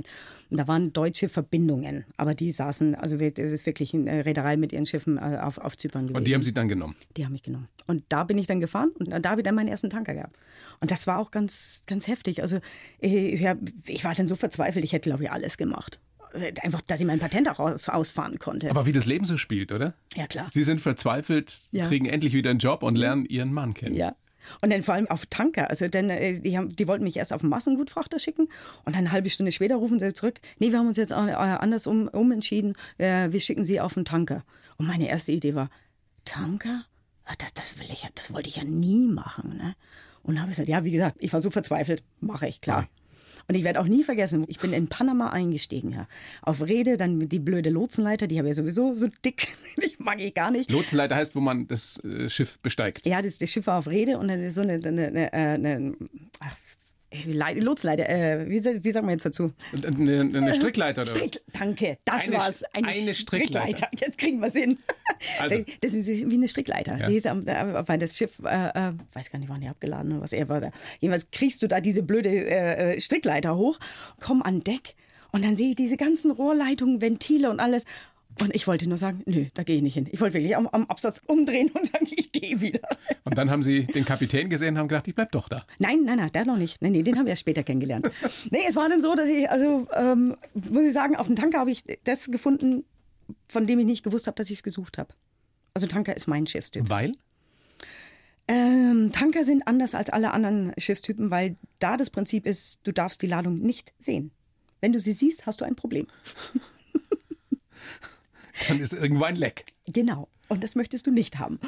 [SPEAKER 3] Und da waren deutsche Verbindungen, aber die saßen, also wir- das ist wirklich eine Reederei mit ihren Schiffen äh, auf, auf Zypern gewesen.
[SPEAKER 2] Und die haben sie dann genommen.
[SPEAKER 3] Die haben mich genommen. Und da bin ich dann gefahren und da habe ich dann meinen ersten Tanker gehabt. Und das war auch ganz, ganz heftig. Also äh, ich, hab- ich war dann so verzweifelt, ich hätte, glaube ich, alles gemacht. Äh, Einfach, dass ich mein Patent auch aus, ausfahren konnte.
[SPEAKER 2] Aber wie das Leben so spielt, oder?
[SPEAKER 3] ja, klar.
[SPEAKER 2] Sie sind verzweifelt,
[SPEAKER 3] Ja.
[SPEAKER 2] kriegen endlich wieder einen Job und lernen ihren Mann kennen.
[SPEAKER 3] Ja. Und dann vor allem auf Tanker. Also denn, äh, die, haben, die wollten mich erst auf den Massengutfrachter schicken und dann eine halbe Stunde später rufen sie zurück. Nee, wir haben uns jetzt äh, anders um, umentschieden. Äh, wir schicken sie auf den Tanker. Und meine erste Idee war, Tanker? Ach, das, das, will ich, ja- das wollte ich ja nie machen. Ne? Und habe gesagt, ja, wie gesagt, ich war so verzweifelt. Mache ich, klar. Und ich werde auch nie vergessen, ich bin in Panama eingestiegen. Ja. Auf Rede, dann die blöde Lotsenleiter, die habe ich ja sowieso so dick, die mag ich gar nicht.
[SPEAKER 2] Lotsenleiter heißt, wo man das äh, Schiff besteigt.
[SPEAKER 3] Ja, das, das Schiff war auf Rede und dann ist so eine, eine, eine, äh, eine ach, Lei- Lotsleiter, äh, wie, sa- wie sagt man jetzt dazu?
[SPEAKER 2] Und äh, Eine, eine Strickleiter oder was?
[SPEAKER 3] Strick, danke, das
[SPEAKER 2] Eine
[SPEAKER 3] war's.
[SPEAKER 2] Sch- eine Strickleiter.
[SPEAKER 3] Jetzt kriegen wir es hin.
[SPEAKER 2] Also.
[SPEAKER 3] Das ist wie eine Strickleiter.
[SPEAKER 2] Ja.
[SPEAKER 3] Die ist am, äh, weil das Schiff, äh, äh, weiß gar nicht, waren die abgeladen oder was er war. da. Jedenfalls kriegst du da diese blöde äh, äh, Strickleiter hoch, komm an Deck und dann sehe ich diese ganzen Rohrleitungen, Ventile und alles. Und ich wollte nur sagen, nö, da gehe ich nicht hin. Ich wollte wirklich am, am Absatz umdrehen und sagen, ich gehe wieder.
[SPEAKER 2] Und dann haben sie den Kapitän gesehen und haben gedacht, ich bleib doch da.
[SPEAKER 3] Nein, nein, nein, der noch nicht. Nein, nee, den habe ich erst später kennengelernt. Nee, es war dann so, dass ich, also ähm, muss ich sagen, auf dem Tanker habe ich das gefunden, von dem ich nicht gewusst habe, dass ich es gesucht habe. Also Tanker ist mein Schiffstyp.
[SPEAKER 2] Weil?
[SPEAKER 3] Ähm, Tanker sind anders als alle anderen Schiffstypen, weil da das Prinzip ist, du darfst die Ladung nicht sehen. Wenn du sie siehst, hast du ein Problem.
[SPEAKER 2] Dann ist irgendwo ein Leck.
[SPEAKER 3] Genau. Und das möchtest du nicht haben.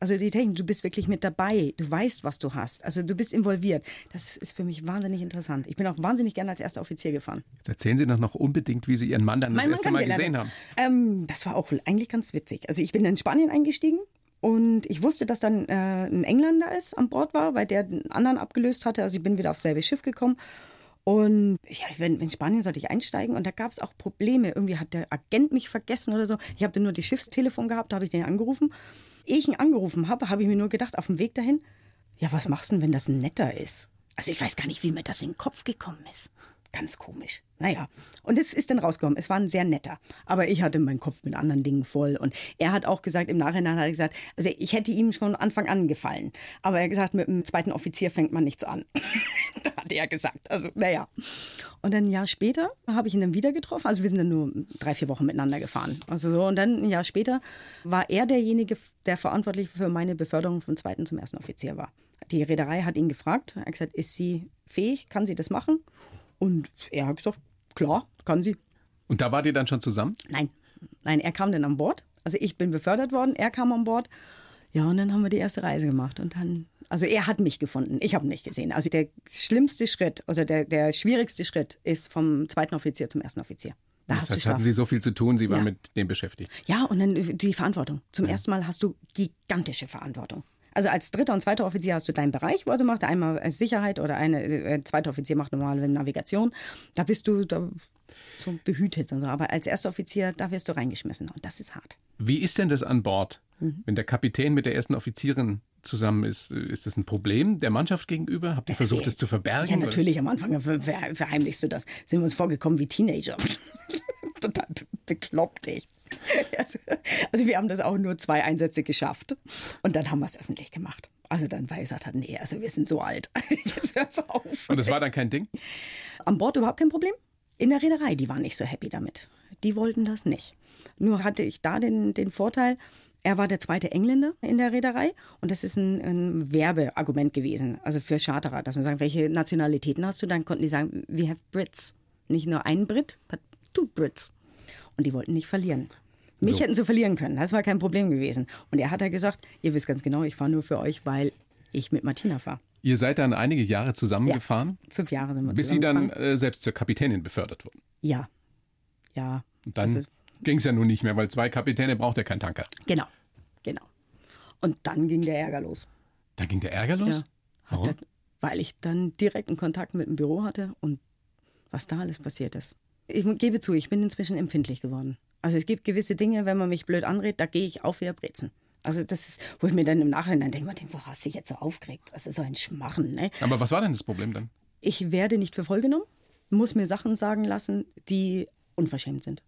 [SPEAKER 3] Also die Technik, du bist wirklich mit dabei. Du weißt, was du hast. Also du bist involviert. Das ist für mich wahnsinnig interessant. Ich bin auch wahnsinnig gerne als erster Offizier gefahren.
[SPEAKER 2] Jetzt erzählen Sie doch noch unbedingt, wie Sie Ihren Mann dann das
[SPEAKER 3] Mein Mann
[SPEAKER 2] erste Mal gesehen haben.
[SPEAKER 3] kennengelernt. Ähm, das war auch eigentlich ganz witzig. Also ich bin in Spanien eingestiegen und ich wusste, dass dann äh, ein Engländer ist an Bord war, weil der einen anderen abgelöst hatte. Also ich bin wieder aufs selbe Schiff gekommen. Und ja, wenn, in Spanien sollte ich einsteigen und da gab es auch Probleme. Irgendwie hat der Agent mich vergessen oder so. Ich habe dann nur die Schiffstelefon gehabt, da habe ich den angerufen. Ehe ich ihn angerufen habe, habe ich mir nur gedacht, auf dem Weg dahin, ja, was machst du denn, wenn das ein netter ist? Also ich weiß gar nicht, wie mir das in den Kopf gekommen ist. Ganz komisch. Naja, und es ist dann rausgekommen. Es war ein sehr netter. Aber ich hatte meinen Kopf mit anderen Dingen voll. Und er hat auch gesagt, im Nachhinein hat er gesagt, also ich hätte ihm schon Anfang an gefallen. Aber er hat gesagt, mit dem zweiten Offizier fängt man nichts an. da hat er gesagt. Also, naja. Und dann ein Jahr später habe ich ihn dann wieder getroffen. Also wir sind dann nur drei, vier Wochen miteinander gefahren. Also so. Und dann ein Jahr später war er derjenige, der verantwortlich für meine Beförderung vom zweiten zum ersten Offizier war. Die Reederei hat ihn gefragt. Er hat gesagt, ist sie fähig? Kann sie das machen? Und er hat gesagt, klar, kann sie.
[SPEAKER 2] Und da wart ihr dann schon zusammen?
[SPEAKER 3] Nein, nein, er kam dann an Bord. Also ich bin befördert worden, er kam an Bord. Ja, und dann haben wir die erste Reise gemacht. Und dann, also er hat mich gefunden, ich habe ihn nicht gesehen. Also der schlimmste Schritt, also der, der schwierigste Schritt ist vom zweiten Offizier zum ersten Offizier. Da hast
[SPEAKER 2] das
[SPEAKER 3] du
[SPEAKER 2] heißt, hatten
[SPEAKER 3] Schlaf.
[SPEAKER 2] Sie so viel zu tun, Sie waren
[SPEAKER 3] Ja.
[SPEAKER 2] mit dem beschäftigt.
[SPEAKER 3] Ja, und dann äh, die Verantwortung. Zum ersten Mal hast du gigantische Verantwortung. Also als dritter und zweiter Offizier hast du deinen Bereich, wo du machst. Einmal äh, Sicherheit oder eine äh, zweiter Offizier macht normale Navigation. Da bist du da so behütet und so. Aber als erster Offizier, da wirst du reingeschmissen. Und das ist hart.
[SPEAKER 2] Wie ist denn das an Bord,
[SPEAKER 3] Mhm.
[SPEAKER 2] wenn der Kapitän mit der ersten Offizierin zusammen ist? Ist das ein Problem der Mannschaft gegenüber? Habt ihr versucht, es zu verbergen?
[SPEAKER 3] Äh, Ja,
[SPEAKER 2] oder?
[SPEAKER 3] natürlich. Am Anfang ver ver verheimlichst du das. Sind wir uns vorgekommen wie Teenager. Total be- bekloppt, echt. Also, also wir haben das auch nur zwei Einsätze geschafft. Und dann haben wir es öffentlich gemacht. Also dann, weil er gesagt hat, nee, also wir sind so alt. Jetzt hört's auf.
[SPEAKER 2] Und das war dann kein Ding?
[SPEAKER 3] An Bord überhaupt kein Problem. In der Reederei, die waren nicht so happy damit. Die wollten das nicht. Nur hatte ich da den, den Vorteil, er war der zweite Engländer in der Reederei und das ist ein, ein Werbeargument gewesen, also für Charterer, dass man sagt, welche Nationalitäten hast du? Dann konnten die sagen, we have Brits. Nicht nur ein Brit, but two Brits. Und die wollten nicht verlieren. Mich hätten sie verlieren können, das war kein Problem gewesen. Und er hat ja gesagt, ihr wisst ganz genau, ich fahre nur für euch, weil ich mit Martina fahre.
[SPEAKER 2] Ihr seid dann einige Jahre zusammengefahren,
[SPEAKER 3] Fünf Jahre sind wir
[SPEAKER 2] bis Sie dann
[SPEAKER 3] zusammengefahren.
[SPEAKER 2] äh, selbst zur Kapitänin befördert wurden.
[SPEAKER 3] Ja, ja.
[SPEAKER 2] Und dann
[SPEAKER 3] Also-
[SPEAKER 2] ging's ging es ja nun nicht mehr, weil zwei Kapitäne braucht ja kein Tanker.
[SPEAKER 3] Genau, genau. Und dann ging der Ärger los.
[SPEAKER 2] Dann ging der Ärger los.
[SPEAKER 3] Hat
[SPEAKER 2] Warum?
[SPEAKER 3] das, weil ich dann direkten Kontakt mit dem Büro hatte und was da alles passiert ist. Ich gebe zu, ich bin inzwischen empfindlich geworden. Also es gibt gewisse Dinge, wenn man mich blöd anredet, da gehe ich auf wie ein Brezen. Also das ist, wo ich mir dann im Nachhinein denke, man denkt, wo hast du dich jetzt so aufgeregt? Das ist so ein Schmachen. Ne?
[SPEAKER 2] Aber was war denn das Problem dann?
[SPEAKER 3] Ich werde nicht für voll genommen, muss mir Sachen sagen lassen, die unverschämt sind.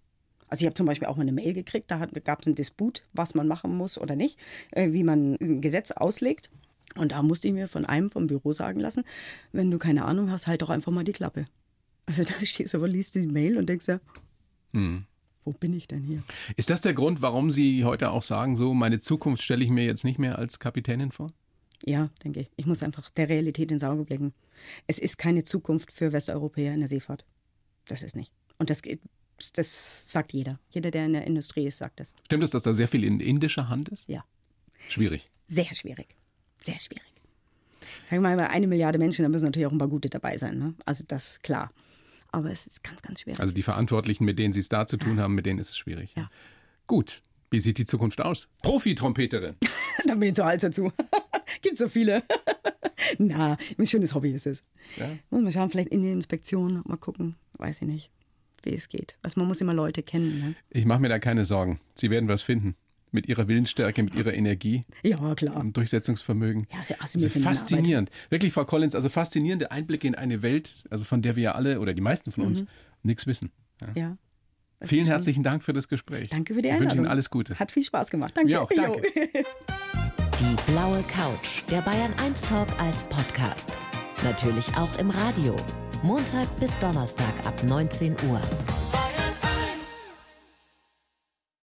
[SPEAKER 3] Also ich habe zum Beispiel auch mal eine Mail gekriegt, da gab es einen Disput, was man machen muss oder nicht, äh, wie man ein Gesetz auslegt. Und da musste ich mir von einem vom Büro sagen lassen, wenn du keine Ahnung hast, halt doch einfach mal die Klappe. Also da stehst du aber, liest die Mail und denkst ja,
[SPEAKER 2] Hm.
[SPEAKER 3] wo bin ich denn hier?
[SPEAKER 2] Ist das der Grund, warum Sie heute auch sagen, so meine Zukunft stelle ich mir jetzt nicht mehr als Kapitänin vor?
[SPEAKER 3] Ja, denke ich. Ich muss einfach der Realität ins Auge blicken. Es ist keine Zukunft für Westeuropäer in der Seefahrt. Das ist nicht. Und das, geht- das sagt jeder. Jeder, der in der Industrie ist, sagt das.
[SPEAKER 2] Stimmt es, dass da sehr viel in indischer Hand ist?
[SPEAKER 3] Ja.
[SPEAKER 2] Schwierig.
[SPEAKER 3] Sehr schwierig. Sehr schwierig. Sag mal, eine Milliarde Menschen, da müssen natürlich auch ein paar gute dabei sein. Ne? Also das ist klar. Aber es ist ganz, ganz schwierig.
[SPEAKER 2] Also die Verantwortlichen, mit denen Sie es da zu tun haben, mit denen ist es schwierig.
[SPEAKER 3] Ja.
[SPEAKER 2] Gut. Wie sieht die Zukunft aus? Profi-Trompeterin.
[SPEAKER 3] da bin ich zu alt dazu. Gibt so viele. Na, ein schönes Hobby ist es.
[SPEAKER 2] Ja.
[SPEAKER 3] Muss man schauen, vielleicht in die Inspektion, mal gucken. Weiß ich nicht, wie es geht. Also man muss immer Leute kennen. Ne?
[SPEAKER 2] Ich mache mir da keine Sorgen. Sie werden was finden. Mit ihrer Willensstärke, mit ihrer Energie
[SPEAKER 3] Ja, klar.
[SPEAKER 2] und Durchsetzungsvermögen.
[SPEAKER 3] Ja, sie- ach,
[SPEAKER 2] Das
[SPEAKER 3] sie
[SPEAKER 2] ist
[SPEAKER 3] müssen in der
[SPEAKER 2] faszinierend. Wirklich, Frau Collins, also faszinierende Einblicke in eine Welt, also von der wir ja alle oder die meisten von
[SPEAKER 3] Mhm.
[SPEAKER 2] uns nichts wissen. Ja.
[SPEAKER 3] Ja.
[SPEAKER 2] Vielen herzlichen Dank für das Gespräch.
[SPEAKER 3] Danke für die
[SPEAKER 2] Ich
[SPEAKER 3] Einladung.
[SPEAKER 2] wünsche Ihnen alles Gute.
[SPEAKER 3] Hat viel Spaß gemacht. Danke.
[SPEAKER 2] Mir auch, danke.
[SPEAKER 3] Jo.
[SPEAKER 1] Die blaue Couch, der Bayern 1 Talk als Podcast. Natürlich auch im Radio. Montag bis Donnerstag ab 19 Uhr.